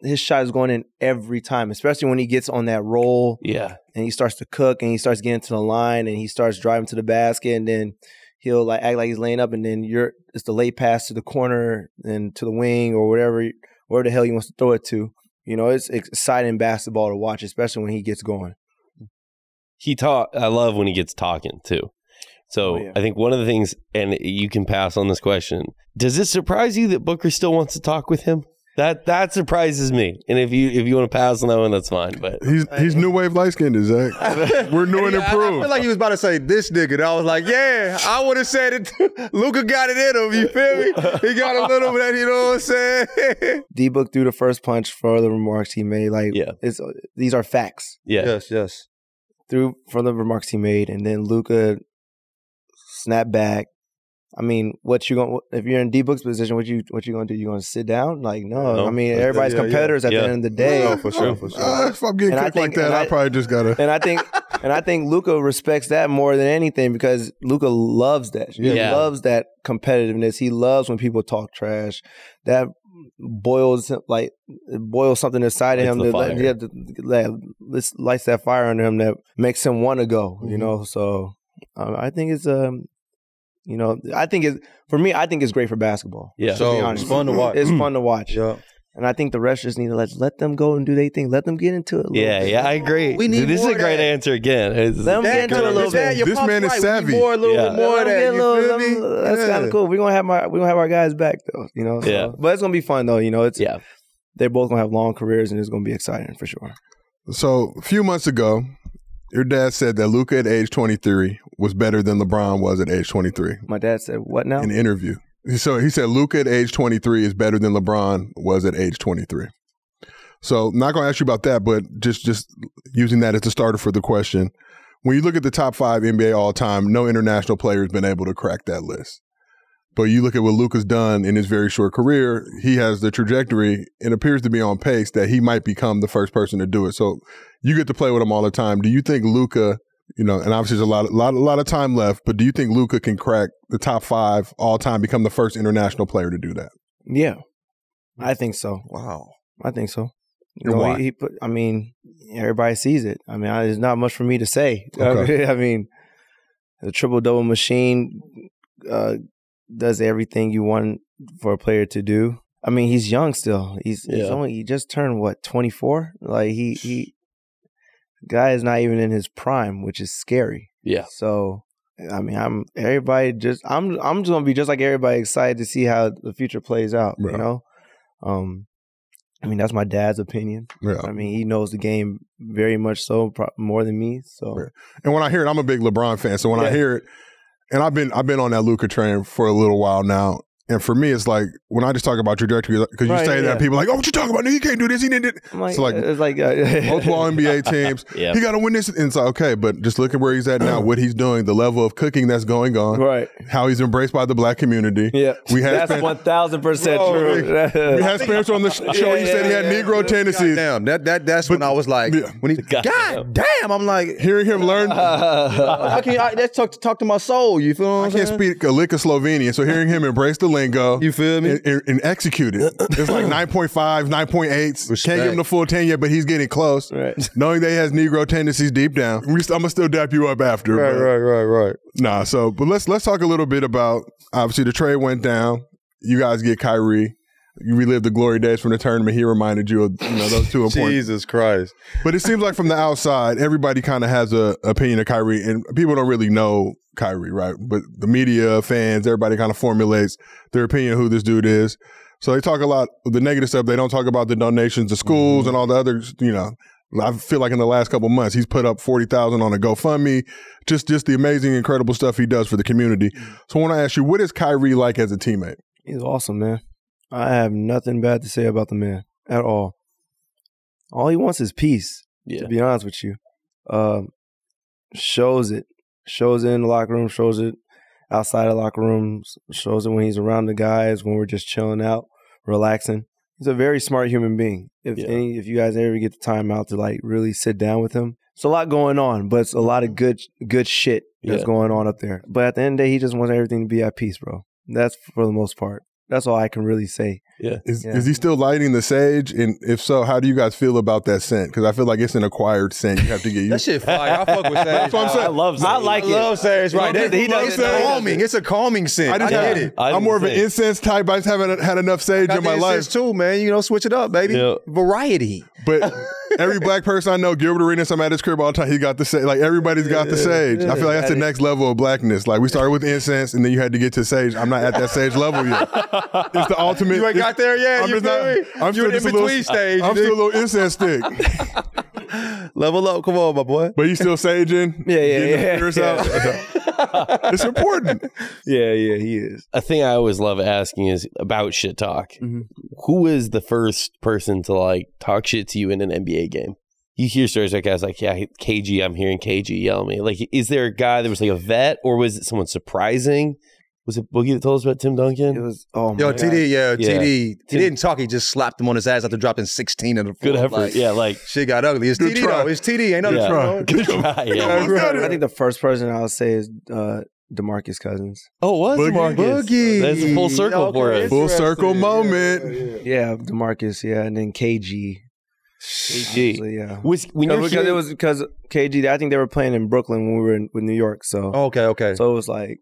[SPEAKER 2] his shot is going in every time, especially when he gets on that roll
[SPEAKER 4] Yeah.
[SPEAKER 2] and he starts to cook and he starts getting to the line and he starts driving to the basket and then he'll like act like he's laying up and then you're it's the late pass to the corner and to the wing or whatever where the hell he wants to throw it to. You know, it's exciting basketball to watch, especially when he gets going.
[SPEAKER 4] he talk i love when he gets talking too so
[SPEAKER 2] Oh, yeah.
[SPEAKER 4] i think one of the things and you can pass on this question does it surprise you that booker still wants to talk with him that that surprises me and if you if you want to pass on that one that's fine but
[SPEAKER 5] He's he's new wave light skinned, is Zach. We're new and
[SPEAKER 1] I- I,
[SPEAKER 5] improved.
[SPEAKER 1] feel like he was about to say this nigga. And I was like, yeah, I would have said it. <laughs> Luca got it in him. You feel me? He got a little bit. You know what I'm
[SPEAKER 4] <laughs>
[SPEAKER 1] saying?
[SPEAKER 2] D book threw the first punch for the remarks he made. Like
[SPEAKER 4] Yeah.
[SPEAKER 2] it's these are facts.
[SPEAKER 4] yeah,
[SPEAKER 1] Yes, yes.
[SPEAKER 2] through for the remarks he made, and then Luca snapped back. I mean, what you going to if you're in D Book's position, what you what you gonna do? You gonna sit down? Like no,
[SPEAKER 4] No.
[SPEAKER 2] I mean everybody's
[SPEAKER 1] Yeah, yeah.
[SPEAKER 2] competitors at
[SPEAKER 4] Yeah.
[SPEAKER 2] the end of the day.
[SPEAKER 1] No, for sure, for sure.
[SPEAKER 5] Uh, if I'm getting
[SPEAKER 2] And I
[SPEAKER 5] kicked
[SPEAKER 2] think-
[SPEAKER 5] like that,
[SPEAKER 2] and
[SPEAKER 5] I,
[SPEAKER 2] I-
[SPEAKER 5] probably just gotta.
[SPEAKER 2] And I think and I think Luca respects that more than anything because Luca loves that. He
[SPEAKER 4] Yeah.
[SPEAKER 2] loves that competitiveness. He loves when people talk trash. That boils him- like it boils something inside of
[SPEAKER 4] Lights
[SPEAKER 2] him
[SPEAKER 4] the
[SPEAKER 2] that, let-
[SPEAKER 4] fire.
[SPEAKER 2] yeah, that, that lis- lights that fire under him that makes him want to go. You
[SPEAKER 1] Mhm.
[SPEAKER 2] know, so um, I think it's um, you know, I think it's for me. I think it's great for basketball. to
[SPEAKER 4] Yeah.
[SPEAKER 2] be
[SPEAKER 1] So Oh, it's
[SPEAKER 2] honest.
[SPEAKER 1] fun to watch. Mm.
[SPEAKER 2] It's fun to watch.
[SPEAKER 1] yeah.
[SPEAKER 2] And I think the refs just need to let let them go and do their thing. Let them get into it. a little
[SPEAKER 4] yeah
[SPEAKER 2] bit.
[SPEAKER 4] yeah i agree
[SPEAKER 1] We need
[SPEAKER 4] Dude, this is
[SPEAKER 1] more
[SPEAKER 4] a
[SPEAKER 1] of
[SPEAKER 4] great
[SPEAKER 1] that.
[SPEAKER 4] answer again It's-
[SPEAKER 2] Them
[SPEAKER 4] it's a
[SPEAKER 2] get
[SPEAKER 4] great
[SPEAKER 2] into it a little
[SPEAKER 4] answer.
[SPEAKER 2] bit.
[SPEAKER 1] your
[SPEAKER 5] This
[SPEAKER 1] pop's
[SPEAKER 5] man
[SPEAKER 1] right.
[SPEAKER 5] is
[SPEAKER 1] We need
[SPEAKER 5] savvy.
[SPEAKER 1] More, a little
[SPEAKER 4] Yeah.
[SPEAKER 1] bit more of
[SPEAKER 2] Let 'em
[SPEAKER 1] that.
[SPEAKER 2] get a
[SPEAKER 1] You
[SPEAKER 2] little-
[SPEAKER 1] feel me?
[SPEAKER 2] let 'em- That's
[SPEAKER 1] Yeah.
[SPEAKER 2] kind of cool. We're gonna have my we're gonna have our guys back though. You know. so-
[SPEAKER 4] Yeah.
[SPEAKER 2] But it's gonna be fun though. You know, it's
[SPEAKER 4] Yeah.
[SPEAKER 2] They're both gonna have long careers and it's gonna be exciting for sure.
[SPEAKER 5] So a few months ago, your dad said that Luca at age 23 was better than LeBron was at age 23
[SPEAKER 2] My dad said, "What now?"
[SPEAKER 5] in an interview. So he said Luca at age 23 is better than LeBron was at age 23. So not going to ask you about that, but just just using that as the starter for the question. When you look at the top five NBA all time, no international player has been able to crack that list. But you look at what Luca's done in his very short career, he has the trajectory and appears to be on pace that he might become the first person to do it. So you get to play with him all the time. Do you think Luca, you know, and obviously there's a lot, lot, a lot of time left, but do you think Luca can crack the top five all time, become the first international player to do that?
[SPEAKER 2] yeah, I think so.
[SPEAKER 1] Wow.
[SPEAKER 2] I think so. You
[SPEAKER 5] And
[SPEAKER 2] know,
[SPEAKER 5] why?
[SPEAKER 2] he, he put. I mean, everybody sees it. I mean, I, there's not much for me to say. <laughs>
[SPEAKER 5] Okay.
[SPEAKER 2] I mean, the triple double machine uh, does everything you want for a player to do. I mean, he's young still. He's, he's
[SPEAKER 4] Yeah.
[SPEAKER 2] only he just turned what 24. Like he he guy is not even in his prime, which is scary.
[SPEAKER 4] yeah
[SPEAKER 2] So. I mean, I'm everybody just I'm I'm just gonna be just like everybody excited to see how the future plays out.
[SPEAKER 5] Right.
[SPEAKER 2] You know, um, I mean that's my dad's opinion.
[SPEAKER 5] Yeah.
[SPEAKER 2] I mean, he knows the game very much so, pro- more than me. So
[SPEAKER 5] Right. And when I hear it, I'm a big LeBron fan. So when I
[SPEAKER 2] Yeah.
[SPEAKER 5] hear it, and I've been I've been on that Luca train for a little while now, And for me, it's like when I just talk about trajectory, because you
[SPEAKER 2] Right,
[SPEAKER 5] say
[SPEAKER 2] yeah.
[SPEAKER 5] that people are like, "Oh, what you talking about? No, he can't do this. He didn't." do-"
[SPEAKER 2] I'm like,
[SPEAKER 5] It's like
[SPEAKER 2] it's like uh, <laughs>
[SPEAKER 5] multiple NBA teams.
[SPEAKER 4] Yeah.
[SPEAKER 5] He got to win this. And it's like, okay, but just look at where he's at now, what he's doing, the level of cooking that's going on,
[SPEAKER 2] right.
[SPEAKER 5] how he's embraced by the black community.
[SPEAKER 2] Yeah,
[SPEAKER 5] We had
[SPEAKER 2] that's
[SPEAKER 5] <laughs> Span-
[SPEAKER 2] one thousand percent
[SPEAKER 5] Bro,
[SPEAKER 2] true.
[SPEAKER 5] we had Spencer on the sh- show.
[SPEAKER 2] yeah,
[SPEAKER 5] he said he had
[SPEAKER 2] yeah.
[SPEAKER 5] Negro tendencies.
[SPEAKER 1] Damn, that that that's when I was like,
[SPEAKER 5] Yeah.
[SPEAKER 1] when he <laughs>
[SPEAKER 4] God
[SPEAKER 1] God, damn, I'm like,
[SPEAKER 5] Hearing him learn,
[SPEAKER 1] how can you, <laughs> I, that's talk talk to my soul. You feel what
[SPEAKER 5] I
[SPEAKER 1] I'm
[SPEAKER 5] can't
[SPEAKER 1] saying?
[SPEAKER 5] speak a lick of Slovenian. So hearing him embrace the lingo,
[SPEAKER 1] You feel me?
[SPEAKER 5] And, and, and execute it. It's like 9.5, 9.8. Can't
[SPEAKER 1] Respect.
[SPEAKER 5] give him the full 10 yet, but he's getting close.
[SPEAKER 2] Right.
[SPEAKER 5] <laughs> Knowing that he has Negro tendencies deep down. We, I'm going to still dap you up after.
[SPEAKER 1] Right,
[SPEAKER 5] but-
[SPEAKER 1] right, right, right.
[SPEAKER 5] Nah, so but let's let's talk a little bit about obviously the trade went down. You guys get Kyrie. You relived the glory days from the tournament. He reminded you of you know
[SPEAKER 1] <laughs>
[SPEAKER 5] those two important.
[SPEAKER 1] Jesus Christ.
[SPEAKER 5] But it seems like from the outside, everybody kind of has a opinion of Kyrie, and people don't really know Kyrie, right? But the media, fans, everybody kind of formulates their opinion of who this dude is. So they talk a lot of the negative stuff. They don't talk about the donations to schools and all the other, you know. I feel like in the last couple months, he's put up forty thousand on a GoFundMe. Just, just the amazing, incredible stuff he does for the community. So, I want to ask you, what is Kyrie like as a teammate?
[SPEAKER 2] He's awesome, man. I have nothing bad to say about the man at all. All he wants is peace.
[SPEAKER 4] Yeah.
[SPEAKER 2] To be honest with you, um, shows it. Shows it in the locker room. Shows it outside of locker rooms. Shows it when he's around the guys. When we're just chilling out, relaxing. He's a very smart human being. If
[SPEAKER 4] Yeah.
[SPEAKER 2] any, if you guys ever get the time out to like really sit down with him, it's a lot going on, but it's a lot of good good shit that's
[SPEAKER 4] Yeah.
[SPEAKER 2] going on up there. But at the end of the day, he just wants everything to be at peace, bro. That's for the most part. That's all I can really say.
[SPEAKER 5] Is,
[SPEAKER 2] Yeah.
[SPEAKER 5] is he still lighting the sage? And if so, how do you guys feel about that scent? Because I feel like it's an acquired scent. You
[SPEAKER 1] <laughs>
[SPEAKER 5] have to get
[SPEAKER 1] That
[SPEAKER 5] used.
[SPEAKER 1] shit fire. I fuck <laughs> with that.
[SPEAKER 5] That's what I'm saying.
[SPEAKER 4] I love Zay.
[SPEAKER 2] I like it.
[SPEAKER 1] Love Sarah's right.
[SPEAKER 2] He
[SPEAKER 1] That, he
[SPEAKER 2] loves
[SPEAKER 1] does
[SPEAKER 5] Sarah's.
[SPEAKER 1] calming. It's a calming scent.
[SPEAKER 5] I
[SPEAKER 1] I
[SPEAKER 5] just
[SPEAKER 1] just
[SPEAKER 4] Yeah.
[SPEAKER 1] get
[SPEAKER 5] have,
[SPEAKER 1] it.
[SPEAKER 4] I
[SPEAKER 5] I'm
[SPEAKER 4] didn't
[SPEAKER 5] more of an
[SPEAKER 4] think.
[SPEAKER 5] incense type. I just haven't had enough sage
[SPEAKER 1] Got
[SPEAKER 5] in my
[SPEAKER 1] the
[SPEAKER 5] life.
[SPEAKER 1] incense too, man. You know, switch it up, baby.
[SPEAKER 4] Yeah.
[SPEAKER 1] Variety.
[SPEAKER 5] But every black person I know, Gilbert Arenas, I'm at his crib all the time. He got the sage. Like everybody's got the sage. I feel like that's the next level of blackness. Like we started with incense, and then you had to get to sage. I'm not at that sage level yet. It's the ultimate.
[SPEAKER 1] You ain't got there yet.
[SPEAKER 5] I'm
[SPEAKER 1] you
[SPEAKER 5] just
[SPEAKER 1] feel
[SPEAKER 5] not-
[SPEAKER 1] me?
[SPEAKER 5] I'm
[SPEAKER 1] You're
[SPEAKER 5] still
[SPEAKER 1] in
[SPEAKER 5] just a
[SPEAKER 1] between
[SPEAKER 5] little,
[SPEAKER 1] stage.
[SPEAKER 5] I'm
[SPEAKER 1] dude.
[SPEAKER 5] still a little incense stick,
[SPEAKER 1] Level up. Come on, my boy.
[SPEAKER 5] but you still saging.
[SPEAKER 2] Yeah, yeah,
[SPEAKER 5] getting the
[SPEAKER 2] yeah,
[SPEAKER 5] fears out. <laughs>
[SPEAKER 1] <laughs>
[SPEAKER 5] it's important.
[SPEAKER 2] Yeah, yeah, he is.
[SPEAKER 4] a thing I always love asking is about shit talk.
[SPEAKER 2] Mhm.
[SPEAKER 4] Who is the first person to like talk shit to you in an NBA game? You hear stories like guys like, yeah, KG, I'm hearing KG yell at me. Like, is there a guy that was like a vet or was it someone surprising? Was it Boogie that told us about Tim Duncan?
[SPEAKER 2] It was oh my
[SPEAKER 1] Yo,
[SPEAKER 2] God.
[SPEAKER 1] TD, yeah,
[SPEAKER 4] Yeah.
[SPEAKER 1] TD. He didn't talk. He just slapped him on his ass after dropping 16 in the
[SPEAKER 4] Good
[SPEAKER 1] fourth,
[SPEAKER 4] effort.
[SPEAKER 1] like,
[SPEAKER 2] <laughs>
[SPEAKER 4] yeah, like,
[SPEAKER 1] Shit got ugly. It's
[SPEAKER 5] Good
[SPEAKER 1] TD,
[SPEAKER 5] try.
[SPEAKER 1] though. It's TD. Ain't no
[SPEAKER 4] Yeah. <laughs>
[SPEAKER 5] try.
[SPEAKER 4] good try. Yeah.
[SPEAKER 2] I think the first person I would say is uh, Demarcus Cousins.
[SPEAKER 4] <laughs> Oh, it was
[SPEAKER 5] Boogie.
[SPEAKER 4] Marcus.
[SPEAKER 1] Boogie.
[SPEAKER 4] That's a full circle
[SPEAKER 1] Okay,
[SPEAKER 4] for us.
[SPEAKER 5] Full circle
[SPEAKER 1] Interesting.
[SPEAKER 5] moment.
[SPEAKER 2] Yeah, Demarcus. Yeah, and then KG.
[SPEAKER 4] KG.
[SPEAKER 2] So, yeah,
[SPEAKER 4] Was, when you're
[SPEAKER 2] because it
[SPEAKER 4] hearing-
[SPEAKER 2] was because KG. I think they were playing in Brooklyn when we were in with New York. So
[SPEAKER 1] Oh, okay, okay.
[SPEAKER 2] so it was like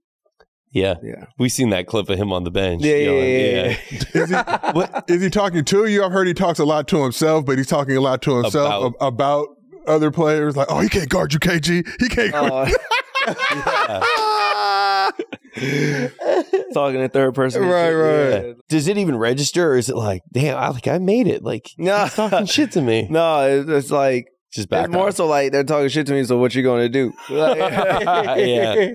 [SPEAKER 4] yeah,
[SPEAKER 2] yeah,
[SPEAKER 4] we seen that clip of him on the bench.
[SPEAKER 2] yeah, yeah,
[SPEAKER 4] yelling,
[SPEAKER 2] yeah, yeah. <laughs>
[SPEAKER 5] Is he, is he talking to you? I've heard he talks a lot to himself, but he's talking a lot to himself about, about other players. Like, oh, he can't guard you, KG. He
[SPEAKER 2] <laughs>
[SPEAKER 5] can't. guard
[SPEAKER 2] Uh,
[SPEAKER 4] <laughs> Yeah.
[SPEAKER 2] talking in third person. and
[SPEAKER 1] Right,
[SPEAKER 2] shit,
[SPEAKER 1] right.
[SPEAKER 2] yeah.
[SPEAKER 4] Does it even register, or is it like, damn, I, like I made it? Like,
[SPEAKER 2] No.
[SPEAKER 4] he's
[SPEAKER 2] <laughs>
[SPEAKER 4] talking shit to me.
[SPEAKER 2] No, it, it's like
[SPEAKER 4] Just back
[SPEAKER 2] it's more
[SPEAKER 4] off.
[SPEAKER 2] so like they're talking shit to me. So what you gonna
[SPEAKER 4] <laughs>
[SPEAKER 2] do? Like,
[SPEAKER 4] Yeah.
[SPEAKER 2] <laughs>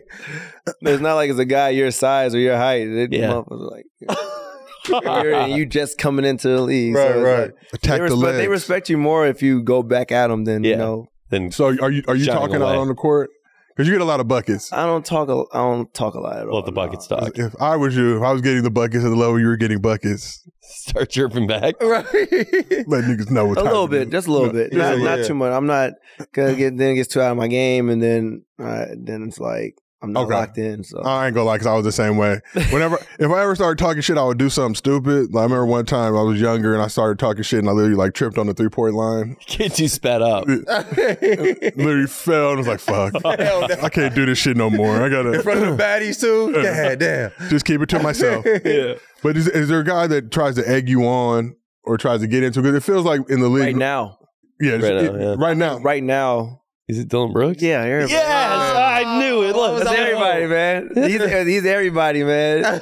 [SPEAKER 2] It's not like it's a guy your size or your height. It,
[SPEAKER 4] Yeah.
[SPEAKER 2] motherfuckers like you're-
[SPEAKER 4] <laughs>
[SPEAKER 2] and you just coming into the league.
[SPEAKER 1] Right,
[SPEAKER 2] so it's
[SPEAKER 1] right.
[SPEAKER 2] like,
[SPEAKER 5] Attack
[SPEAKER 2] they,
[SPEAKER 5] the
[SPEAKER 2] respect,
[SPEAKER 5] legs.
[SPEAKER 2] they respect you more if you go back at them than
[SPEAKER 4] Yeah.
[SPEAKER 2] you know.
[SPEAKER 4] then
[SPEAKER 5] so are you are you
[SPEAKER 4] Shining
[SPEAKER 5] talking
[SPEAKER 4] away.
[SPEAKER 5] out on the court? Because you get a lot of buckets.
[SPEAKER 2] I don't talk. A, I don't talk a lot at all.
[SPEAKER 4] let the buckets
[SPEAKER 2] no.
[SPEAKER 4] talk.
[SPEAKER 5] If I was you, if I was getting the buckets at the level you were getting buckets,
[SPEAKER 4] Start
[SPEAKER 2] <laughs>
[SPEAKER 4] chirping back.
[SPEAKER 1] Right.
[SPEAKER 5] let niggas know what
[SPEAKER 2] A
[SPEAKER 5] time
[SPEAKER 2] little
[SPEAKER 5] it
[SPEAKER 2] bit,
[SPEAKER 5] is.
[SPEAKER 2] just a little bit,
[SPEAKER 5] just a
[SPEAKER 2] not,
[SPEAKER 5] little
[SPEAKER 2] not
[SPEAKER 1] bit.
[SPEAKER 2] too much. I'm not gonna get then it gets too out of my game, and then uh, then it's like I'm not
[SPEAKER 5] Okay. Uh,
[SPEAKER 2] locked in. So
[SPEAKER 5] I ain't gonna lie, cause I was the same way. Whenever, <laughs> if I ever started talking shit, I would do something stupid. Like I remember one time I was younger and I started talking shit and I literally like tripped on the three point line,
[SPEAKER 4] Get you spat up.
[SPEAKER 5] literally fell and was like, "Fuck,
[SPEAKER 1] <laughs>
[SPEAKER 5] I can't do this shit no more. I gotta
[SPEAKER 1] In front of the <clears throat> baddies, too. Yeah, damn.
[SPEAKER 5] just keep it to
[SPEAKER 1] <laughs>
[SPEAKER 5] myself.
[SPEAKER 4] yeah.
[SPEAKER 5] But is, is there a guy that tries to egg you on or tries to get into? Because it feels like in the league
[SPEAKER 2] right now,
[SPEAKER 5] yeah,
[SPEAKER 4] Right
[SPEAKER 5] just-
[SPEAKER 4] now,
[SPEAKER 5] it-
[SPEAKER 4] yeah.
[SPEAKER 5] right now,
[SPEAKER 2] right now,
[SPEAKER 4] Is it Dylan Brooks?
[SPEAKER 2] yeah, everybody.
[SPEAKER 4] Yes, I knew it. Look,
[SPEAKER 2] That's everybody, man. <laughs> He's, uh, he's everybody, man.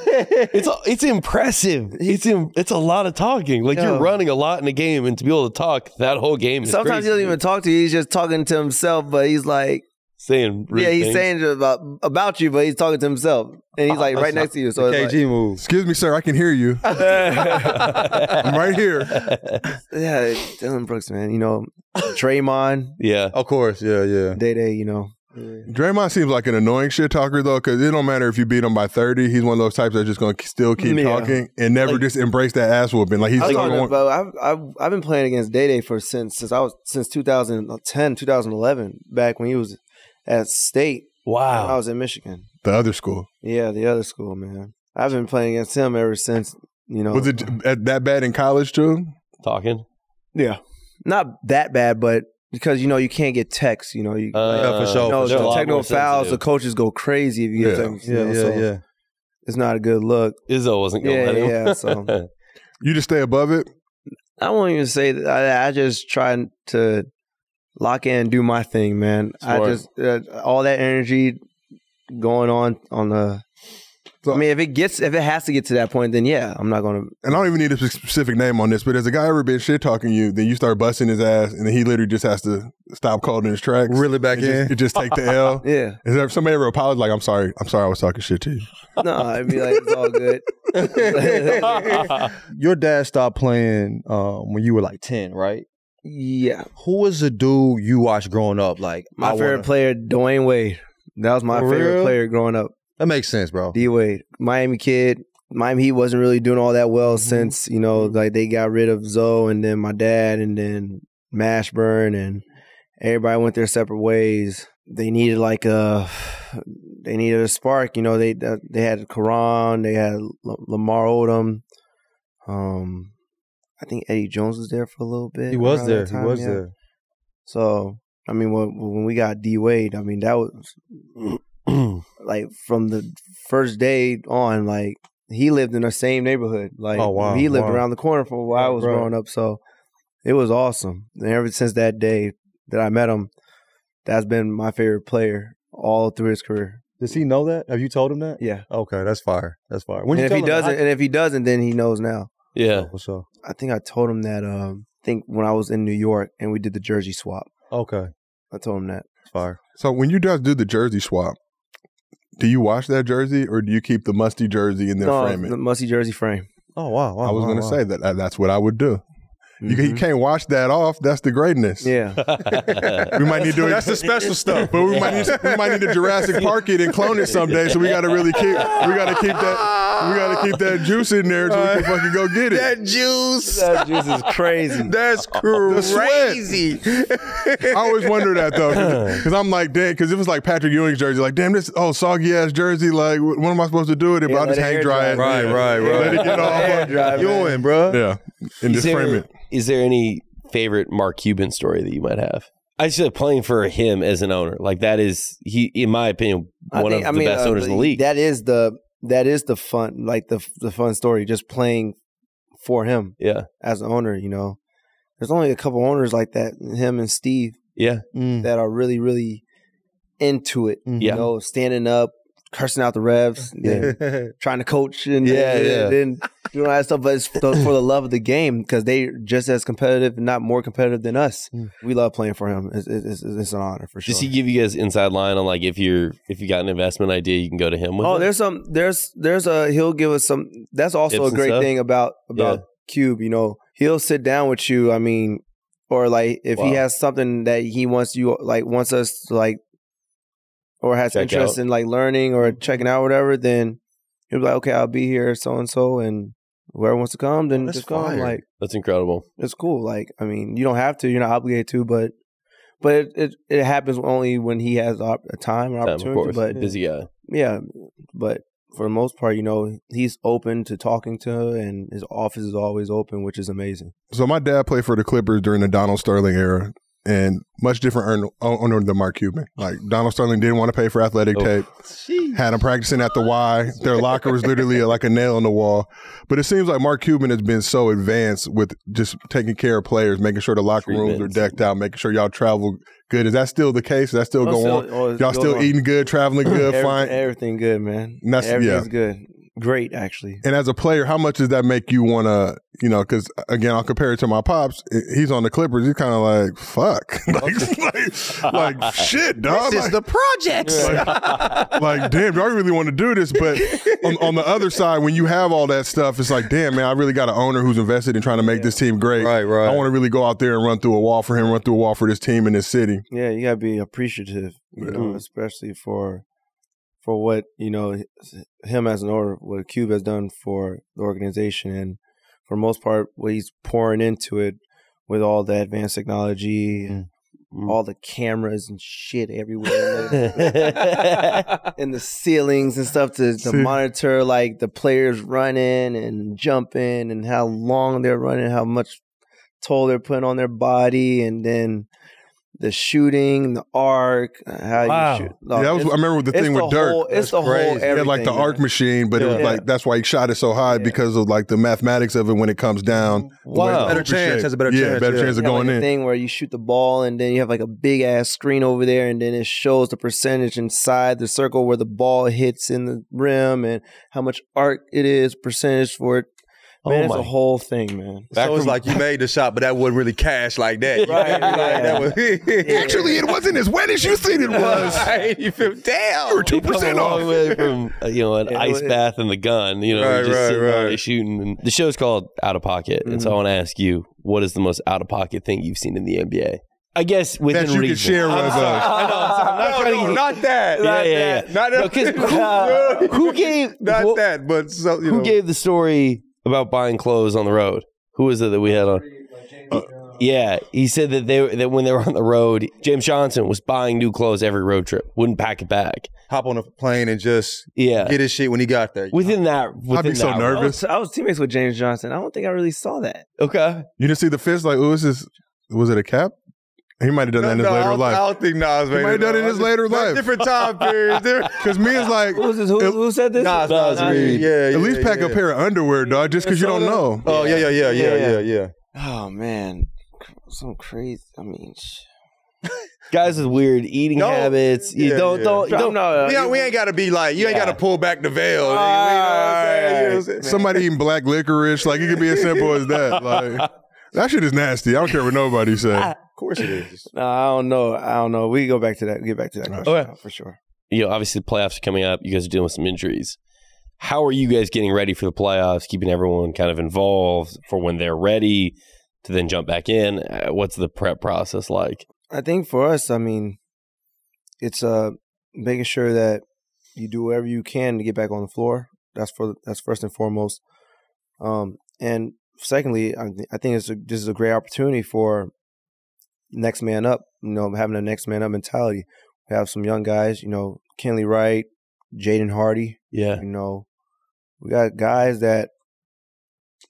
[SPEAKER 4] It's it's impressive. It's im- it's a lot of talking. Like
[SPEAKER 2] Yeah.
[SPEAKER 4] you're running a lot in a game, and to be able to talk that whole game.
[SPEAKER 2] <laughs>
[SPEAKER 4] Is
[SPEAKER 2] Sometimes he
[SPEAKER 4] crazy.
[SPEAKER 2] doesn't even talk to you. He's just talking to himself, but he's like,
[SPEAKER 4] saying. rude
[SPEAKER 2] yeah, he's
[SPEAKER 4] things.
[SPEAKER 2] saying about about you, but he's talking to himself. and
[SPEAKER 4] Ah,
[SPEAKER 2] he's like right next to you. So it's like,
[SPEAKER 1] KG moves.
[SPEAKER 5] Excuse me, sir. I can hear you. I'm right here.
[SPEAKER 2] yeah, Dylan Brooks, man. You know, Draymond,
[SPEAKER 4] <laughs> yeah.
[SPEAKER 1] Of course, yeah, yeah.
[SPEAKER 2] Day Day. You know,
[SPEAKER 5] Draymond seems like an annoying shit talker though, because it don't matter if you beat him by 30. He's one of those types that's just gonna k- still keep
[SPEAKER 2] Yeah.
[SPEAKER 5] talking and never just embrace that ass whooping. Like he's
[SPEAKER 2] I
[SPEAKER 5] still going.
[SPEAKER 2] have I've, I've been playing against Day Day for since since I was since 2010, 2011, back when he was at state. I
[SPEAKER 4] Wow.
[SPEAKER 2] was in Michigan.
[SPEAKER 5] the other school
[SPEAKER 2] Yeah, the other school, man. I've been playing against him ever since. You know,
[SPEAKER 5] was it at that bad in college too?
[SPEAKER 4] Talking.
[SPEAKER 2] Yeah, not that bad, but because you know you can't get texts. You know, you
[SPEAKER 4] Uh,
[SPEAKER 1] for sure,
[SPEAKER 2] you know,
[SPEAKER 1] oh, for sure.
[SPEAKER 4] A
[SPEAKER 2] the
[SPEAKER 4] lot
[SPEAKER 2] technical
[SPEAKER 4] more
[SPEAKER 2] fouls. The
[SPEAKER 4] sensitive.
[SPEAKER 2] coaches go crazy if you get
[SPEAKER 5] Yeah.
[SPEAKER 2] texts. you
[SPEAKER 1] Yeah,
[SPEAKER 2] know,
[SPEAKER 1] yeah,
[SPEAKER 2] so
[SPEAKER 1] yeah.
[SPEAKER 2] It's not a good look.
[SPEAKER 4] Izzo wasn't going to
[SPEAKER 2] Yeah,
[SPEAKER 4] let him.
[SPEAKER 1] <laughs>
[SPEAKER 2] yeah, so-
[SPEAKER 5] You just stay above it.
[SPEAKER 2] I won't even say that. I, I just try to lock in, and do my thing, man. I
[SPEAKER 4] Smart.
[SPEAKER 2] just uh, all that energy going on on the.
[SPEAKER 5] So-
[SPEAKER 2] I mean, if it gets, if it has to get to that point, then yeah, I'm not gonna.
[SPEAKER 5] And I don't even need a spe- specific name on this, but has a guy ever been shit talking you? Then you start busting his ass, and then he literally just has to stop calling his tracks. <laughs>
[SPEAKER 1] Really back
[SPEAKER 5] and just,
[SPEAKER 1] in.
[SPEAKER 5] and just take
[SPEAKER 2] <laughs>
[SPEAKER 5] the L.
[SPEAKER 2] Yeah,
[SPEAKER 5] Is there somebody ever apologized? Like, I'm sorry, I'm sorry, I was talking shit to you.
[SPEAKER 2] no, I'd be like, it's
[SPEAKER 1] <laughs>
[SPEAKER 2] all good.
[SPEAKER 1] Your dad stopped playing um, when you were like ten, right?
[SPEAKER 2] Yeah,
[SPEAKER 1] Who was the dude you watched growing up? Like
[SPEAKER 2] my
[SPEAKER 1] I
[SPEAKER 2] favorite
[SPEAKER 1] wanna-
[SPEAKER 2] player, Dwayne Wade. That was my
[SPEAKER 1] For
[SPEAKER 2] favorite
[SPEAKER 1] real?
[SPEAKER 2] player growing up.
[SPEAKER 1] That makes sense, bro.
[SPEAKER 2] D Wade, Miami kid. Miami Heat wasn't really doing all that well
[SPEAKER 1] Mm-hmm.
[SPEAKER 2] since you know, like they got rid of Zoe and then my dad and then Mashburn and everybody went their separate ways. They needed like a, they needed a spark. You know, they they had Karan, they had L- Lamar Odom. Um, I think Eddie Jones was there for a little bit.
[SPEAKER 1] He was
[SPEAKER 2] around that
[SPEAKER 1] there.
[SPEAKER 2] time,
[SPEAKER 1] he was
[SPEAKER 2] yeah.
[SPEAKER 1] there.
[SPEAKER 2] So I mean, when, when we got D Wade, I mean that was
[SPEAKER 1] <clears throat>
[SPEAKER 2] like from the first day on, like he lived in the same neighborhood. Like
[SPEAKER 1] Oh, wow,
[SPEAKER 2] he lived
[SPEAKER 1] wow.
[SPEAKER 2] around the corner from where I was
[SPEAKER 1] Right.
[SPEAKER 2] growing up. So it was awesome. And ever since that day that I met him, that's been my favorite player all through his career.
[SPEAKER 1] Does he know that? Have you told him that?
[SPEAKER 2] Yeah.
[SPEAKER 1] Okay, that's fire. That's fire. When
[SPEAKER 2] and
[SPEAKER 1] you
[SPEAKER 2] if he
[SPEAKER 1] tell him
[SPEAKER 2] doesn't
[SPEAKER 1] that,
[SPEAKER 2] and if he doesn't, then he knows now.
[SPEAKER 4] <laughs> yeah.
[SPEAKER 1] I- for sure.
[SPEAKER 2] I think I told him that um I think when I was in New York and we did the jersey swap.
[SPEAKER 1] Okay,
[SPEAKER 2] I told him that.
[SPEAKER 1] fire.
[SPEAKER 5] So when you guys do the jersey swap, do you wash that jersey or do you keep the musty jersey and then frame it?
[SPEAKER 2] the musty jersey frame.
[SPEAKER 1] Oh wow, wow.
[SPEAKER 5] I was
[SPEAKER 1] wow,
[SPEAKER 5] going to
[SPEAKER 1] wow.
[SPEAKER 5] say that uh, that's what I would do. You,
[SPEAKER 2] Mm-hmm.
[SPEAKER 5] <laughs> ca- you can't wash that off. That's the
[SPEAKER 4] <laughs>
[SPEAKER 5] greatness.
[SPEAKER 2] Yeah.
[SPEAKER 5] We might need to.
[SPEAKER 1] That's the
[SPEAKER 5] <laughs>
[SPEAKER 1] special stuff.
[SPEAKER 5] But we might need we might need to Jurassic Park it and clone it someday. So we got to really keep we got to keep that we got to keep that juice in there so we can fucking go get it.
[SPEAKER 1] juice.
[SPEAKER 2] that juice is crazy.
[SPEAKER 5] <laughs>
[SPEAKER 1] That's
[SPEAKER 5] crazy. I always wonder that though, because I'm like, damn, because it was like Patrick Ewing's jersey, like, damn, this oh soggy ass jersey, like, wh- what am I supposed to do with it?
[SPEAKER 2] Yeah,
[SPEAKER 5] but I'll
[SPEAKER 2] let
[SPEAKER 5] just
[SPEAKER 2] it
[SPEAKER 5] hang
[SPEAKER 2] air
[SPEAKER 5] <laughs> dry it,
[SPEAKER 2] dry.
[SPEAKER 1] Right, right, right.
[SPEAKER 5] let it get
[SPEAKER 2] Air
[SPEAKER 5] all,
[SPEAKER 2] dry, man.
[SPEAKER 1] Doing, bro.
[SPEAKER 5] yeah, and
[SPEAKER 4] Is
[SPEAKER 5] just frame
[SPEAKER 4] there,
[SPEAKER 5] it.
[SPEAKER 4] is there any favorite Mark Cuban story that you might have? I said playing for him as an owner, like that is he, in my opinion,
[SPEAKER 2] I
[SPEAKER 4] one
[SPEAKER 2] think-
[SPEAKER 4] of
[SPEAKER 2] I
[SPEAKER 4] the
[SPEAKER 2] mean,
[SPEAKER 4] best
[SPEAKER 2] uh,
[SPEAKER 4] owners in the league.
[SPEAKER 2] That is the that is the fun like the the fun story just playing for him
[SPEAKER 4] yeah,
[SPEAKER 2] as an owner, you know. There's only a couple owners like that, him and Steve,
[SPEAKER 4] yeah,
[SPEAKER 1] Mm.
[SPEAKER 2] that are really really into it,
[SPEAKER 4] Yeah.
[SPEAKER 2] you know, standing up, cursing out the refs, <laughs> then trying to coach and
[SPEAKER 4] Yeah,
[SPEAKER 2] and
[SPEAKER 4] yeah.
[SPEAKER 2] then doing all that stuff, but it's for
[SPEAKER 4] <laughs>
[SPEAKER 2] for the love of the game because they just as competitive, if not more competitive than us. We love playing for him. It's, it's, it's an honor for sure.
[SPEAKER 4] Mm. Does he give you guys inside line on like if you're if you got an investment idea, you can go to him with?
[SPEAKER 2] Oh,
[SPEAKER 4] it?
[SPEAKER 2] there's some there's there's a he'll give us some that's also
[SPEAKER 4] Tips
[SPEAKER 2] a
[SPEAKER 4] and
[SPEAKER 2] great
[SPEAKER 4] stuff?
[SPEAKER 2] thing about about
[SPEAKER 4] Yeah.
[SPEAKER 2] Cube, you know. He'll sit down with you, I mean, or like if
[SPEAKER 4] Wow.
[SPEAKER 2] he has something that he wants you like wants us to like or has
[SPEAKER 4] Check
[SPEAKER 2] interest
[SPEAKER 4] out. Mm-hmm.
[SPEAKER 2] in like learning or checking out or whatever, then he'll be like, Okay, I'll be here so and so and whoever wants to come, then
[SPEAKER 1] that's
[SPEAKER 2] just come.
[SPEAKER 1] fire.
[SPEAKER 2] Like
[SPEAKER 4] that's incredible.
[SPEAKER 2] it's cool. Like, I mean, you don't have to, you're not obligated to, but but it, it, it happens only when he has op- a time and
[SPEAKER 4] Time, of
[SPEAKER 2] opportunity.
[SPEAKER 4] course,
[SPEAKER 2] But <laughs>
[SPEAKER 4] busy guy.
[SPEAKER 2] yeah, but for the most part, you know, he's open to talking to her, and his office is always open, which is amazing.
[SPEAKER 5] So my dad played for the Clippers during the Donald Sterling era, and much different earn- owner than Mark Cuban. Like Donald Sterling didn't want to pay for athletic
[SPEAKER 4] Oh.
[SPEAKER 5] tape. Had them practicing at the Y. Their locker was literally like a nail in the wall. But it seems like Mark Cuban has been so advanced with just taking care of players, making sure the locker rooms are
[SPEAKER 4] Treatments.
[SPEAKER 5] decked out, making sure y'all travel good. Is that still the case? Is that still going on?
[SPEAKER 2] oh, it's going
[SPEAKER 5] Y'all still
[SPEAKER 2] on. <clears throat>
[SPEAKER 5] eating good, traveling good,
[SPEAKER 2] Every-
[SPEAKER 5] fine.
[SPEAKER 2] Everything good, man.
[SPEAKER 5] And that's- yeah.
[SPEAKER 2] Everything's good. great actually.
[SPEAKER 5] And as a player, how much does that make you want to, you know, because again, I'll compare it to my pops. I- He's on the Clippers. He's kind of like, fuck. <laughs> like, like, like, shit, dog. Like,
[SPEAKER 2] projects.
[SPEAKER 5] like, damn, do I really want to do this? But on, on the other side, when you have all that stuff, it's like, damn, man, I really got an owner who's invested in trying to make this team great.
[SPEAKER 1] Right, right.
[SPEAKER 5] I want to really go out there and run through a wall for him, run through a wall for this team and this city.
[SPEAKER 2] Yeah, you gotta be appreciative, you
[SPEAKER 5] Mm.
[SPEAKER 2] know, especially for for what you know h- him as an order, what Cube has done for the organization, and for the most part, what he's pouring into it with all the advanced technology, and
[SPEAKER 5] Mm,
[SPEAKER 2] all the cameras and shit everywhere.
[SPEAKER 5] <laughs>
[SPEAKER 2] man.
[SPEAKER 4] <laughs>
[SPEAKER 2] <laughs> and the ceilings and stuff to, to monitor like the players running and jumping and how long they're running, how much toll they're putting on their body, and then the shooting, the arc, uh, how
[SPEAKER 7] Wow.
[SPEAKER 2] you shoot. No,
[SPEAKER 5] yeah, that was, I
[SPEAKER 2] Oh, it's-
[SPEAKER 5] remember with the
[SPEAKER 2] it's
[SPEAKER 5] thing with Dirk.
[SPEAKER 2] Whole, it's the whole
[SPEAKER 1] crazy.
[SPEAKER 5] He
[SPEAKER 2] everything.
[SPEAKER 5] had like the arc
[SPEAKER 2] man.
[SPEAKER 5] machine, but it was
[SPEAKER 2] Yeah.
[SPEAKER 5] like that's why he shot it so high because of like the mathematics of it when it comes down. the way
[SPEAKER 4] Wow.
[SPEAKER 5] it's
[SPEAKER 4] Better
[SPEAKER 5] shaped.
[SPEAKER 1] chance, has a better
[SPEAKER 5] yeah,
[SPEAKER 1] chance,
[SPEAKER 5] better
[SPEAKER 1] yeah.
[SPEAKER 5] chance of
[SPEAKER 2] Yeah, like
[SPEAKER 5] going
[SPEAKER 2] a
[SPEAKER 5] in.
[SPEAKER 2] thing where you shoot the ball and then you have like a big ass screen over there and then it shows the percentage inside the circle where the ball hits in the rim and how much arc it is percentage for it. Man,
[SPEAKER 4] Oh
[SPEAKER 2] it's
[SPEAKER 4] my-
[SPEAKER 2] a whole thing, man.
[SPEAKER 4] Back
[SPEAKER 1] so it's
[SPEAKER 4] from-
[SPEAKER 1] like you made the shot, but that wouldn't really cash like that. <laughs>
[SPEAKER 2] Right,
[SPEAKER 1] Like, that
[SPEAKER 2] yeah.
[SPEAKER 1] was-
[SPEAKER 5] <laughs>
[SPEAKER 1] <laughs>
[SPEAKER 5] Actually, it wasn't as wet as you think it was.
[SPEAKER 1] Right, you feel
[SPEAKER 5] You were
[SPEAKER 1] damn.
[SPEAKER 5] two
[SPEAKER 4] We've come
[SPEAKER 5] percent
[SPEAKER 4] a long
[SPEAKER 5] off.
[SPEAKER 4] way from uh, you know an
[SPEAKER 2] Yeah,
[SPEAKER 4] ice
[SPEAKER 2] it-
[SPEAKER 4] bath and the gun. You know,
[SPEAKER 1] Right,
[SPEAKER 4] you're just
[SPEAKER 1] right,
[SPEAKER 4] sitting out
[SPEAKER 1] right.
[SPEAKER 4] there shooting. And the show's called Out of Pocket, and so I want to ask you, what is the most out of pocket thing you've seen in the NBA? I guess within
[SPEAKER 5] That you
[SPEAKER 4] reason.
[SPEAKER 5] can
[SPEAKER 4] <laughs>
[SPEAKER 5] share with
[SPEAKER 4] I'm sorry.
[SPEAKER 5] us.
[SPEAKER 4] I know, I'm sorry. I'm not
[SPEAKER 1] No,
[SPEAKER 4] trying to
[SPEAKER 1] no,
[SPEAKER 4] get-
[SPEAKER 1] not that.
[SPEAKER 4] Yeah,
[SPEAKER 1] not
[SPEAKER 4] yeah,
[SPEAKER 1] that.
[SPEAKER 4] yeah.
[SPEAKER 1] Not
[SPEAKER 4] No, 'cause who, who gave
[SPEAKER 1] Not
[SPEAKER 4] who,
[SPEAKER 1] that, but so, you
[SPEAKER 4] who
[SPEAKER 1] know.
[SPEAKER 4] gave the story about buying clothes on the road? Who was it that we had on? Yeah, he said that they that when they were on the road, James Johnson was buying new clothes every road trip. Wouldn't pack a bag.
[SPEAKER 1] hop on a plane and just
[SPEAKER 4] Yeah,
[SPEAKER 1] get his shit when he got there.
[SPEAKER 4] within that. Within
[SPEAKER 5] I'd be so
[SPEAKER 4] that
[SPEAKER 2] I was,
[SPEAKER 5] nervous.
[SPEAKER 2] I was teammates with James Johnson. I don't think I really saw that.
[SPEAKER 4] Okay.
[SPEAKER 5] You didn't see the fist like, oh, is this? Was it a cap? He might have done that in his
[SPEAKER 1] I
[SPEAKER 5] later
[SPEAKER 1] don't- I
[SPEAKER 5] life.
[SPEAKER 1] don't think Nas made
[SPEAKER 5] might have done it in
[SPEAKER 1] though.
[SPEAKER 5] his later life.
[SPEAKER 1] Different time periods. different-
[SPEAKER 5] Because me is like,
[SPEAKER 2] Who was this? Who,
[SPEAKER 5] It-
[SPEAKER 2] who said this?
[SPEAKER 1] Nas, Nas,
[SPEAKER 4] Nas
[SPEAKER 1] Reed.
[SPEAKER 4] Reed.
[SPEAKER 1] Yeah, yeah,
[SPEAKER 5] at least
[SPEAKER 1] yeah,
[SPEAKER 5] pack
[SPEAKER 1] yeah.
[SPEAKER 5] a pair of underwear, dog, just because you don't know.
[SPEAKER 1] Oh yeah, yeah, yeah, yeah, yeah, yeah.
[SPEAKER 2] Oh man, some crazy. I mean, sh-
[SPEAKER 4] Guys with weird eating
[SPEAKER 1] Don't-
[SPEAKER 4] habits. You
[SPEAKER 1] yeah,
[SPEAKER 4] don't
[SPEAKER 1] yeah.
[SPEAKER 4] don't don't
[SPEAKER 2] know.
[SPEAKER 1] Yeah, we ain't got to be like you. Ain't
[SPEAKER 4] Yeah.
[SPEAKER 1] got to pull back the veil. You know what
[SPEAKER 2] Ah,
[SPEAKER 1] I'm saying? You know what I'm saying?
[SPEAKER 5] Somebody eating black licorice, like it could be as simple as that. <laughs> Like that shit is nasty. I don't care what nobody
[SPEAKER 4] <laughs>
[SPEAKER 5] says.
[SPEAKER 1] Of course it is.
[SPEAKER 2] No, I don't know. I don't know. We can go back to that. Get back to that question
[SPEAKER 4] Okay.
[SPEAKER 2] uh, for sure.
[SPEAKER 4] you know, obviously the playoffs are coming up. You guys are dealing with some injuries. How are you guys getting ready for the playoffs? Keeping everyone kind of involved for when they're ready to then jump back in. Uh, what's the prep process like?
[SPEAKER 2] I think for us, I mean, it's uh making sure that you do whatever you can to get back on the floor. That's for that's first and foremost. Um, and secondly, I, th- I think it's a, this is a great opportunity for next man up. You know, having a next man up mentality. We have some young guys. You know, Kenley Wright, Jaden Hardy.
[SPEAKER 4] Yeah,
[SPEAKER 2] You know, we got guys that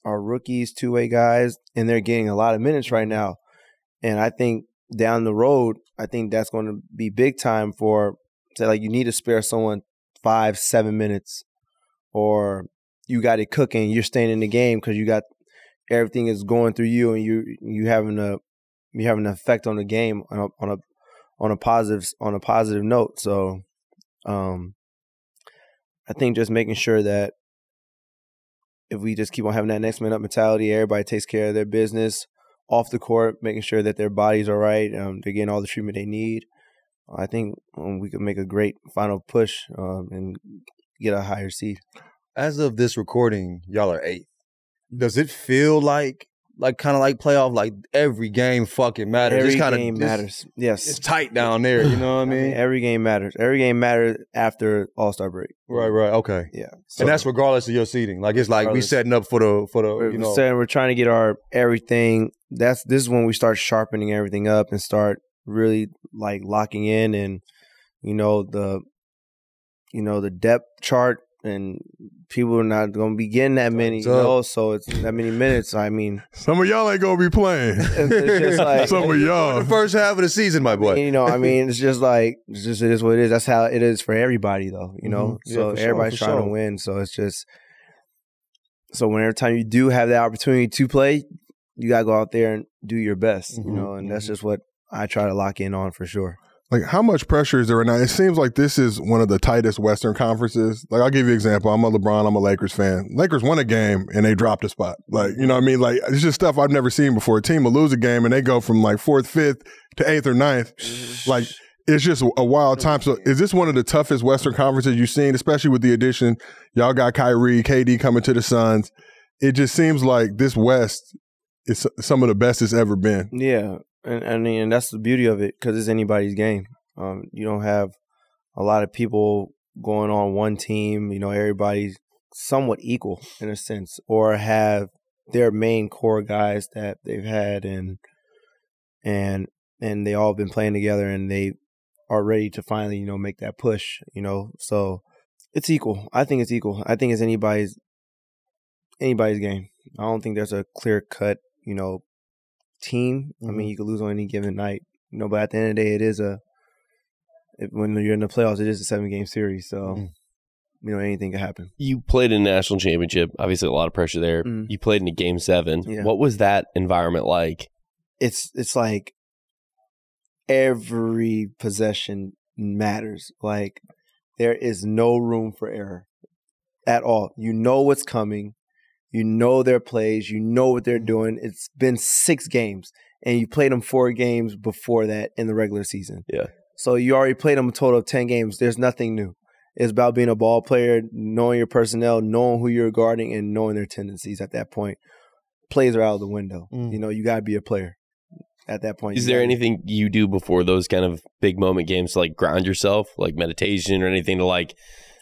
[SPEAKER 2] are rookies, two way guys, and they're getting a lot of minutes right now. And I think down the road, I think that's going to be big time for say like you need to spare someone five, seven minutes, or you got it cooking. You're staying in the game because you got everything is going through you, and you you having a you having an effect on the game on a on a on a positive on a positive note. So, um, I think just making sure that if we just keep on having that next man up mentality, everybody takes care of their business off the court, making sure that their bodies are right, um, they're getting all the treatment they need. I think um, we could make a great final push um, and get a higher seed.
[SPEAKER 1] As of this recording, y'all are eighth. Does it feel like like kind of like playoff? Like every game fucking matters.
[SPEAKER 2] Every
[SPEAKER 1] It's kinda-
[SPEAKER 2] game
[SPEAKER 1] it's-
[SPEAKER 2] matters. Yes,
[SPEAKER 1] It's tight down there.
[SPEAKER 2] <laughs>
[SPEAKER 1] You know what I
[SPEAKER 2] I mean,
[SPEAKER 1] mean?
[SPEAKER 2] every game matters. Every game matters after All Star break.
[SPEAKER 1] Right, right. Okay.
[SPEAKER 2] Yeah,
[SPEAKER 1] and that's regardless of your seating. Like it's like we
[SPEAKER 2] Regardless.
[SPEAKER 1] setting up for the for the
[SPEAKER 2] we're
[SPEAKER 1] you know.
[SPEAKER 2] saying we're trying to get our everything. That's this is when we start sharpening everything up and start really like locking in and you know the you know the depth chart and people are not going to be getting that many. You
[SPEAKER 1] up.
[SPEAKER 2] know, so it's that many minutes. I mean,
[SPEAKER 5] Some of y'all ain't gonna be playing.
[SPEAKER 2] it's,
[SPEAKER 1] <laughs>
[SPEAKER 2] it's just like
[SPEAKER 5] Some of
[SPEAKER 1] the
[SPEAKER 5] y'all.
[SPEAKER 1] first half of the season, my
[SPEAKER 2] <laughs>
[SPEAKER 1] boy.
[SPEAKER 2] you know, I mean, it's just like it's just it is what it is. That's how it is for everybody, though. You know,
[SPEAKER 1] Mhm. Yeah,
[SPEAKER 2] so
[SPEAKER 1] for sure,
[SPEAKER 2] everybody's
[SPEAKER 1] for
[SPEAKER 2] trying
[SPEAKER 1] sure.
[SPEAKER 2] to win. So it's just so whenever time you do have the opportunity to play, you gotta go out there and do your best.
[SPEAKER 1] Mhm.
[SPEAKER 2] You know, and that's just what I try to lock in on for sure.
[SPEAKER 5] Like, how much pressure is there right now? It seems like this is one of the tightest Western conferences. Like, I'll give you an example. I'm a LeBron, I'm a Lakers fan. Lakers won a game and they dropped a spot. Like, you know what I mean? Like, it's just stuff I've never seen before. A team will lose a game and they go from like fourth, fifth to eighth or ninth. Like, it's just a wild time. So, is this one of the toughest Western conferences you've seen, especially with the addition? Y'all got Kyrie, KD coming to the Suns. It just seems like this West is some of the best it's ever been.
[SPEAKER 2] Yeah, and I mean and that's the beauty of it because it's anybody's game. Um, you don't have a lot of people going on one team. You know, everybody's somewhat equal in a sense, or have their main core guys that they've had and and and they all been playing together and they are ready to finally you know make that push. You know, so it's equal. I think it's equal. I think it's anybody's anybody's game. I don't think there's a clear cut. You know, team. I mean, you could lose on any given night, you know. But at the end of the day, it is a if, when you're in the playoffs, it is a seven game series. So you know, anything could happen.
[SPEAKER 4] You played in a national championship. Obviously, a lot of pressure there.
[SPEAKER 2] Mm.
[SPEAKER 4] You played in a game seven.
[SPEAKER 2] Yeah.
[SPEAKER 4] What was that environment like?
[SPEAKER 2] It's it's like every possession matters. Like there is no room for error at all. You know what's coming. You know their plays. You know what
[SPEAKER 4] Mm-hmm.
[SPEAKER 2] they're doing. It's been six games, and you played them four games before that in the regular season.
[SPEAKER 4] Yeah.
[SPEAKER 2] So you already played them a total of ten games. There's nothing new. It's about being a ball player, knowing your personnel, knowing who you're guarding, and knowing their tendencies. At that point, plays are out of the window.
[SPEAKER 1] Mm.
[SPEAKER 2] You know, you gotta be a player. At that point,
[SPEAKER 4] Is
[SPEAKER 2] you
[SPEAKER 4] there
[SPEAKER 2] gotta-
[SPEAKER 4] anything you do before those kind of big moment games to like ground yourself, like meditation or anything to like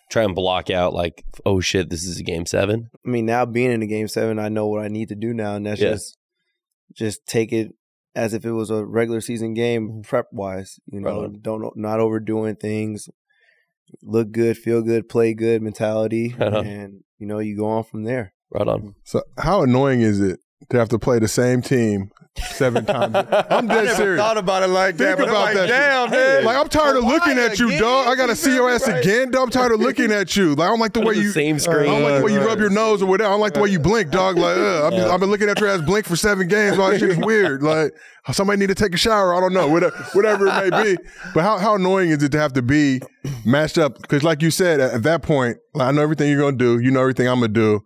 [SPEAKER 4] try and block out like, oh shit, this is a game seven?
[SPEAKER 2] I mean, now being in the game seven, I know what I need to do now, and that's
[SPEAKER 4] Yeah.
[SPEAKER 2] just just take it as if it was a regular season game, prep wise. You know,
[SPEAKER 4] Right
[SPEAKER 2] don't not overdoing things. Look good, feel good, play good mentality,
[SPEAKER 4] Right on.
[SPEAKER 2] and you know you go on from there.
[SPEAKER 4] Right on.
[SPEAKER 5] So how annoying is it to have to play the same team
[SPEAKER 1] <laughs>
[SPEAKER 5] seven times? I'm
[SPEAKER 1] I
[SPEAKER 5] dead
[SPEAKER 1] never
[SPEAKER 5] serious.
[SPEAKER 1] thought about it like that. but I'm
[SPEAKER 5] Think about
[SPEAKER 1] like,
[SPEAKER 5] that.
[SPEAKER 1] Damn,
[SPEAKER 5] shit.
[SPEAKER 1] man.
[SPEAKER 5] Like I'm tired of
[SPEAKER 1] Why
[SPEAKER 5] looking at you,
[SPEAKER 1] again?
[SPEAKER 5] dog. I gotta
[SPEAKER 1] You
[SPEAKER 5] see your
[SPEAKER 1] feel
[SPEAKER 5] ass
[SPEAKER 1] me? Right.
[SPEAKER 5] again. Dog, I'm tired of looking at you. Like I don't
[SPEAKER 1] <laughs>
[SPEAKER 5] like the way
[SPEAKER 4] the
[SPEAKER 5] you.
[SPEAKER 4] same
[SPEAKER 5] I
[SPEAKER 4] screen.
[SPEAKER 5] don't like the way you rub your nose or whatever. I don't like the way you blink, dog. Like, ugh. I've, just, I've been looking at your ass blink for seven games. All that shit is weird. Like, somebody need to take a shower. I don't know. Whatever, whatever it may be. But how, how annoying is it to have to be matched up? Because, like you said, at, at that point, like, I know everything you're gonna do. You know everything I'm gonna do.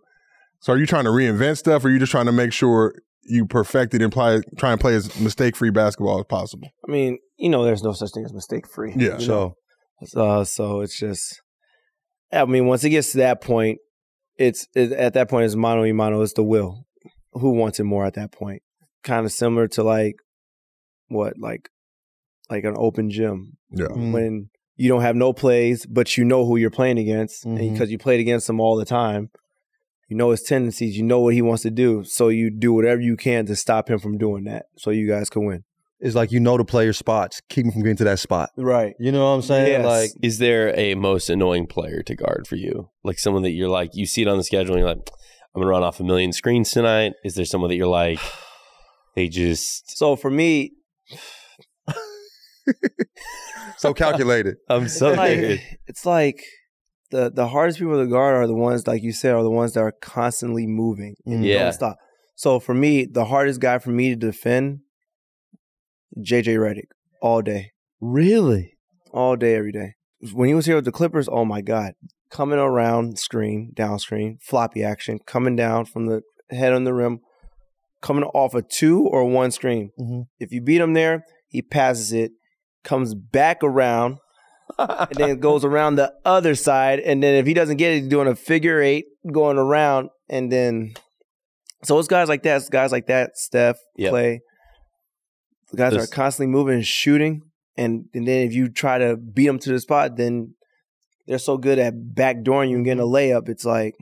[SPEAKER 5] So, are you trying to reinvent stuff, or are you just trying to make sure you perfect it and play, try and play as mistake free basketball as possible?
[SPEAKER 2] I mean, you know, there's no such thing as mistake free.
[SPEAKER 5] Yeah.
[SPEAKER 2] you know? Uh, so it's just, I mean, once it gets to that point, it's it, at that point it's mano a mano. It's the will. Who wants it more at that point? Kind of similar to like, what like, like an open gym
[SPEAKER 5] Yeah.
[SPEAKER 1] Mm.
[SPEAKER 2] when you don't have no plays, but you know who you're playing against
[SPEAKER 1] Mhm.
[SPEAKER 2] because you played against him all the time. You know his tendencies. You know what he wants to do. So you do whatever you can to stop him from doing that, so you guys can win.
[SPEAKER 1] It's like you know the player spots. Keep him from getting to that spot.
[SPEAKER 2] Right.
[SPEAKER 1] You know what I'm saying?
[SPEAKER 2] Yes.
[SPEAKER 1] Like
[SPEAKER 4] Is there a most annoying player to guard for you? Like someone that you're like, you see it on the schedule and you're like, I'm going to run off a million screens tonight. Is there someone that you're like, they just,
[SPEAKER 2] So for me,
[SPEAKER 1] so calculated.
[SPEAKER 4] I'm so
[SPEAKER 2] like, <laughs>
[SPEAKER 4] like,
[SPEAKER 2] it's like the the hardest people to guard are the ones like you said are the ones that are constantly moving and
[SPEAKER 4] Yeah.
[SPEAKER 2] don't stop. So for me, the hardest guy for me to defend, JJ Redick, all day,
[SPEAKER 1] really?
[SPEAKER 2] all day, every day. When he was here with the Clippers, oh my god, coming around screen, down screen, floppy action, coming down from the head on the rim, coming off a two or one screen.
[SPEAKER 1] Mhm.
[SPEAKER 2] If you beat him there, he passes it, comes back around, and then goes around the other side. And then if he doesn't get it, he's doing a figure eight, going around, and then so it's guys like that, it's guys like that, Steph,
[SPEAKER 4] Yep.
[SPEAKER 2] Clay. The guys
[SPEAKER 4] Those-
[SPEAKER 2] are constantly moving and shooting, and, and then if you try to beat them to the spot, then they're so good at backdooring you and getting a layup. It's like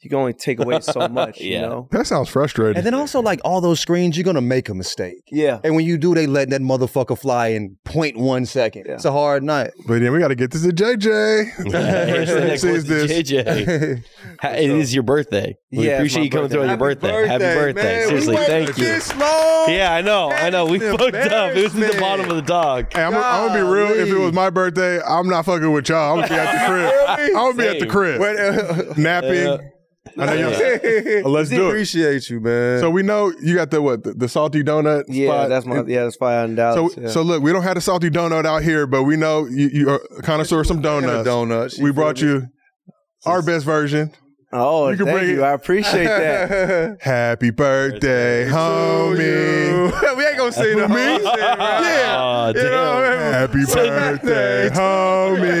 [SPEAKER 2] you can only take away so much, you
[SPEAKER 4] Yeah.
[SPEAKER 2] know.
[SPEAKER 5] That sounds frustrating.
[SPEAKER 1] And then also like all those screens, you're gonna make a mistake.
[SPEAKER 2] Yeah,
[SPEAKER 1] And when you do, they let that motherfucker fly in 0.1 second.
[SPEAKER 2] Yeah.
[SPEAKER 1] It's a hard night.
[SPEAKER 5] But then we got to get this to <laughs> JJ.
[SPEAKER 4] <laughs> Here's the
[SPEAKER 5] Sees
[SPEAKER 4] next one.
[SPEAKER 5] this.
[SPEAKER 4] JJ. Ha- It is your birthday. We
[SPEAKER 2] Yeah, it's
[SPEAKER 4] appreciate
[SPEAKER 2] my
[SPEAKER 4] you coming through on your birthday.
[SPEAKER 2] birthday.
[SPEAKER 4] Happy birthday.
[SPEAKER 1] man.
[SPEAKER 4] Seriously,
[SPEAKER 1] We waited
[SPEAKER 4] thank you.
[SPEAKER 1] This long.
[SPEAKER 4] Yeah, I know. I know. We
[SPEAKER 1] That's
[SPEAKER 4] fucked up. It was at the bottom of
[SPEAKER 1] <laughs>
[SPEAKER 4] the dog.
[SPEAKER 5] Hey, I'm, I'm gonna be real. If it was my
[SPEAKER 1] <laughs>
[SPEAKER 5] birthday, I'm not fucking with y'all. I'm gonna be at the crib. I'm gonna be at the
[SPEAKER 4] Same.
[SPEAKER 5] crib
[SPEAKER 1] When, uh,
[SPEAKER 5] napping. I know
[SPEAKER 1] <laughs>
[SPEAKER 5] you're upset. Well, let's do it.
[SPEAKER 1] Appreciate you, man. Uh,
[SPEAKER 5] So we know you got the what the, the salty donut.
[SPEAKER 2] Yeah,
[SPEAKER 5] spot.
[SPEAKER 2] that's my
[SPEAKER 5] And
[SPEAKER 2] yeah, that's five out in Dallas.
[SPEAKER 5] So
[SPEAKER 2] yeah.
[SPEAKER 5] so look, we don't have the salty donut out here, but we know you, you are a connoisseur of some
[SPEAKER 1] And a
[SPEAKER 5] donuts.
[SPEAKER 1] donut.
[SPEAKER 5] We brought you our best version.
[SPEAKER 2] oh,
[SPEAKER 5] you can
[SPEAKER 2] thank
[SPEAKER 5] bring
[SPEAKER 2] you.
[SPEAKER 5] it-
[SPEAKER 2] I appreciate that.
[SPEAKER 5] Happy birthday, homie.
[SPEAKER 1] <laughs> we ain't gonna see the
[SPEAKER 5] Me?
[SPEAKER 4] <laughs>
[SPEAKER 1] Yeah.
[SPEAKER 4] Aw,
[SPEAKER 1] You know,
[SPEAKER 4] damn.
[SPEAKER 5] Happy birthday,
[SPEAKER 1] <laughs>
[SPEAKER 5] homie.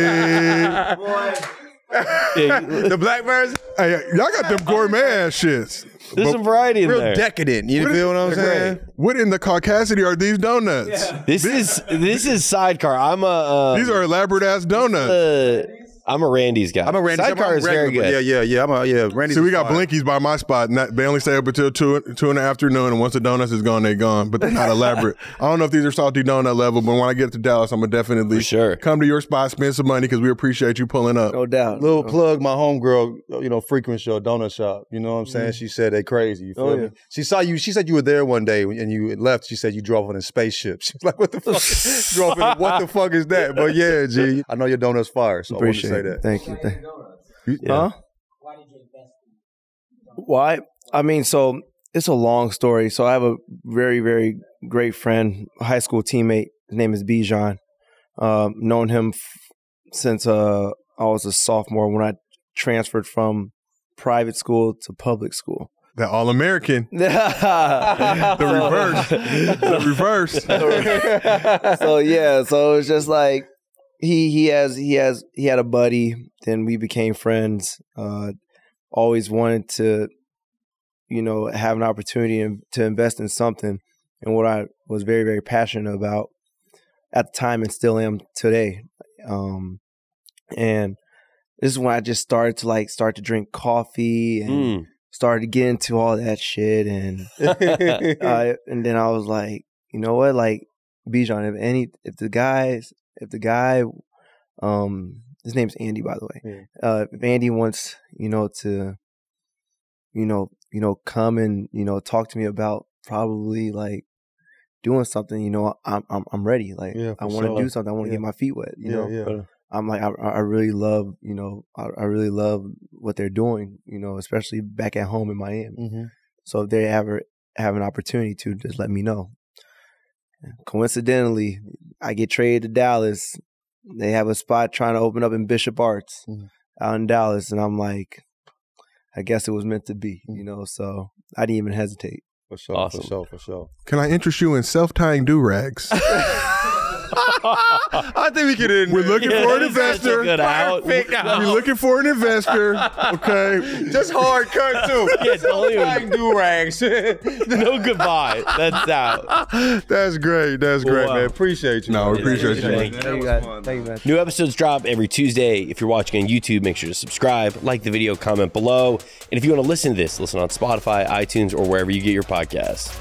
[SPEAKER 4] Yeah,
[SPEAKER 1] the black version,
[SPEAKER 5] Hey, y'all got them gourmet ass shits.
[SPEAKER 4] There's some variety in
[SPEAKER 1] real
[SPEAKER 4] there.
[SPEAKER 1] decadent. You feel what I'm saying?
[SPEAKER 5] What in the caucasity are these donuts?
[SPEAKER 4] This is this is sidecar. I'm a uh,
[SPEAKER 5] These are elaborate ass donuts.
[SPEAKER 4] uh, I'm a Randy's guy.
[SPEAKER 1] I'm a Randy.
[SPEAKER 4] Sidecar
[SPEAKER 1] I'm a
[SPEAKER 4] is very
[SPEAKER 1] regular,
[SPEAKER 4] good.
[SPEAKER 1] but Yeah, yeah, yeah. I'm a yeah. Randy.
[SPEAKER 5] See, we got blinkies by my spot. Not, they only stay up until two, two in the afternoon, and once the donuts is gone, they gone. But they're not elaborate. I don't know if these are salty donut level, but when I get to Dallas, I'm gonna definitely
[SPEAKER 4] For sure.
[SPEAKER 5] <laughs> come to your spot, spend some money because we appreciate you pulling up.
[SPEAKER 2] No doubt.
[SPEAKER 1] Little plug, my homegirl, uh, you know, frequent show, donut shop. You know what I'm saying? She said they crazy. You feel
[SPEAKER 2] Mm-hmm.
[SPEAKER 1] me?
[SPEAKER 2] Oh, yeah.
[SPEAKER 1] She saw you. She said you were there one day and you left. She said you drove on a spaceship. <laughs> She's like, what the fuck?
[SPEAKER 2] <laughs>
[SPEAKER 1] drove in, what the fuck is that? But yeah, G, I know your donuts fire. So
[SPEAKER 2] appreciate
[SPEAKER 1] I wanted to say
[SPEAKER 2] it.
[SPEAKER 1] that.
[SPEAKER 2] Thank you. Thank- Huh?
[SPEAKER 4] Yeah.
[SPEAKER 2] Why? I mean, so it's a long story. So I have a very, very great friend, high school teammate. His name is Bijan. Um, known him f- since uh, I was a sophomore when I transferred from private school to public school. <laughs>
[SPEAKER 5] That all American,
[SPEAKER 2] the <laughs>
[SPEAKER 5] the reverse, the reverse.
[SPEAKER 2] so yeah, so it's just like he he has he has he had a buddy. Then we became friends. Uh, always wanted to, you know, have an opportunity in, to invest in something, and what I was very very passionate about at the time and still am today. Um, and this is when I just started to like start to drink coffee and
[SPEAKER 4] Mm.
[SPEAKER 2] started to get into all that shit and
[SPEAKER 1] <laughs>
[SPEAKER 4] Mm.
[SPEAKER 2] I and then I was like, you know what, like Bijan, if any, if the guys, if the guy, um, his name's Andy, by the way. Uh, if Andy wants, you know, to, you know, you know, come and you know, talk to me about probably like doing something, you know, I'm I'm I'm ready. Like
[SPEAKER 1] Yeah, for
[SPEAKER 2] I want to
[SPEAKER 1] sure.
[SPEAKER 2] do something. I want to
[SPEAKER 1] Yeah.
[SPEAKER 2] get my feet wet. You
[SPEAKER 1] Yeah,
[SPEAKER 2] know,
[SPEAKER 1] yeah.
[SPEAKER 2] I'm like, I, I really love, you know, I, I really love what they're doing, you know, especially back at home in Miami.
[SPEAKER 1] Mm-hmm.
[SPEAKER 2] So if they ever have an opportunity to, just let me know. Coincidentally, I get traded to Dallas. They have a spot trying to open up in Bishop Arts
[SPEAKER 1] Mhm.
[SPEAKER 2] out in Dallas, and I'm like, I guess it was meant to be, you know. So I didn't even hesitate.
[SPEAKER 1] For sure,
[SPEAKER 4] Awesome.
[SPEAKER 1] for sure, for sure.
[SPEAKER 5] Can I interest you in self-tying do rags?
[SPEAKER 1] <laughs> I think we could end.
[SPEAKER 5] We're looking for an investor.
[SPEAKER 4] Good out.
[SPEAKER 1] Perfect.
[SPEAKER 5] You're looking for an investor, okay?
[SPEAKER 1] Just hard cut too.
[SPEAKER 4] Yes, don't even-
[SPEAKER 1] like do rags.
[SPEAKER 4] <laughs> No goodbye. That's out.
[SPEAKER 1] That's great. That's great,
[SPEAKER 4] Wow.
[SPEAKER 1] man. Appreciate you.
[SPEAKER 5] No, we
[SPEAKER 1] man.
[SPEAKER 5] appreciate you.
[SPEAKER 4] Thank
[SPEAKER 2] Thank you, guys. Thank you, man.
[SPEAKER 4] New episodes drop every Tuesday. If you're watching on YouTube, make sure to subscribe, like the video, comment below. And if you want to listen to this, listen on Spotify, iTunes, or wherever you get your podcasts.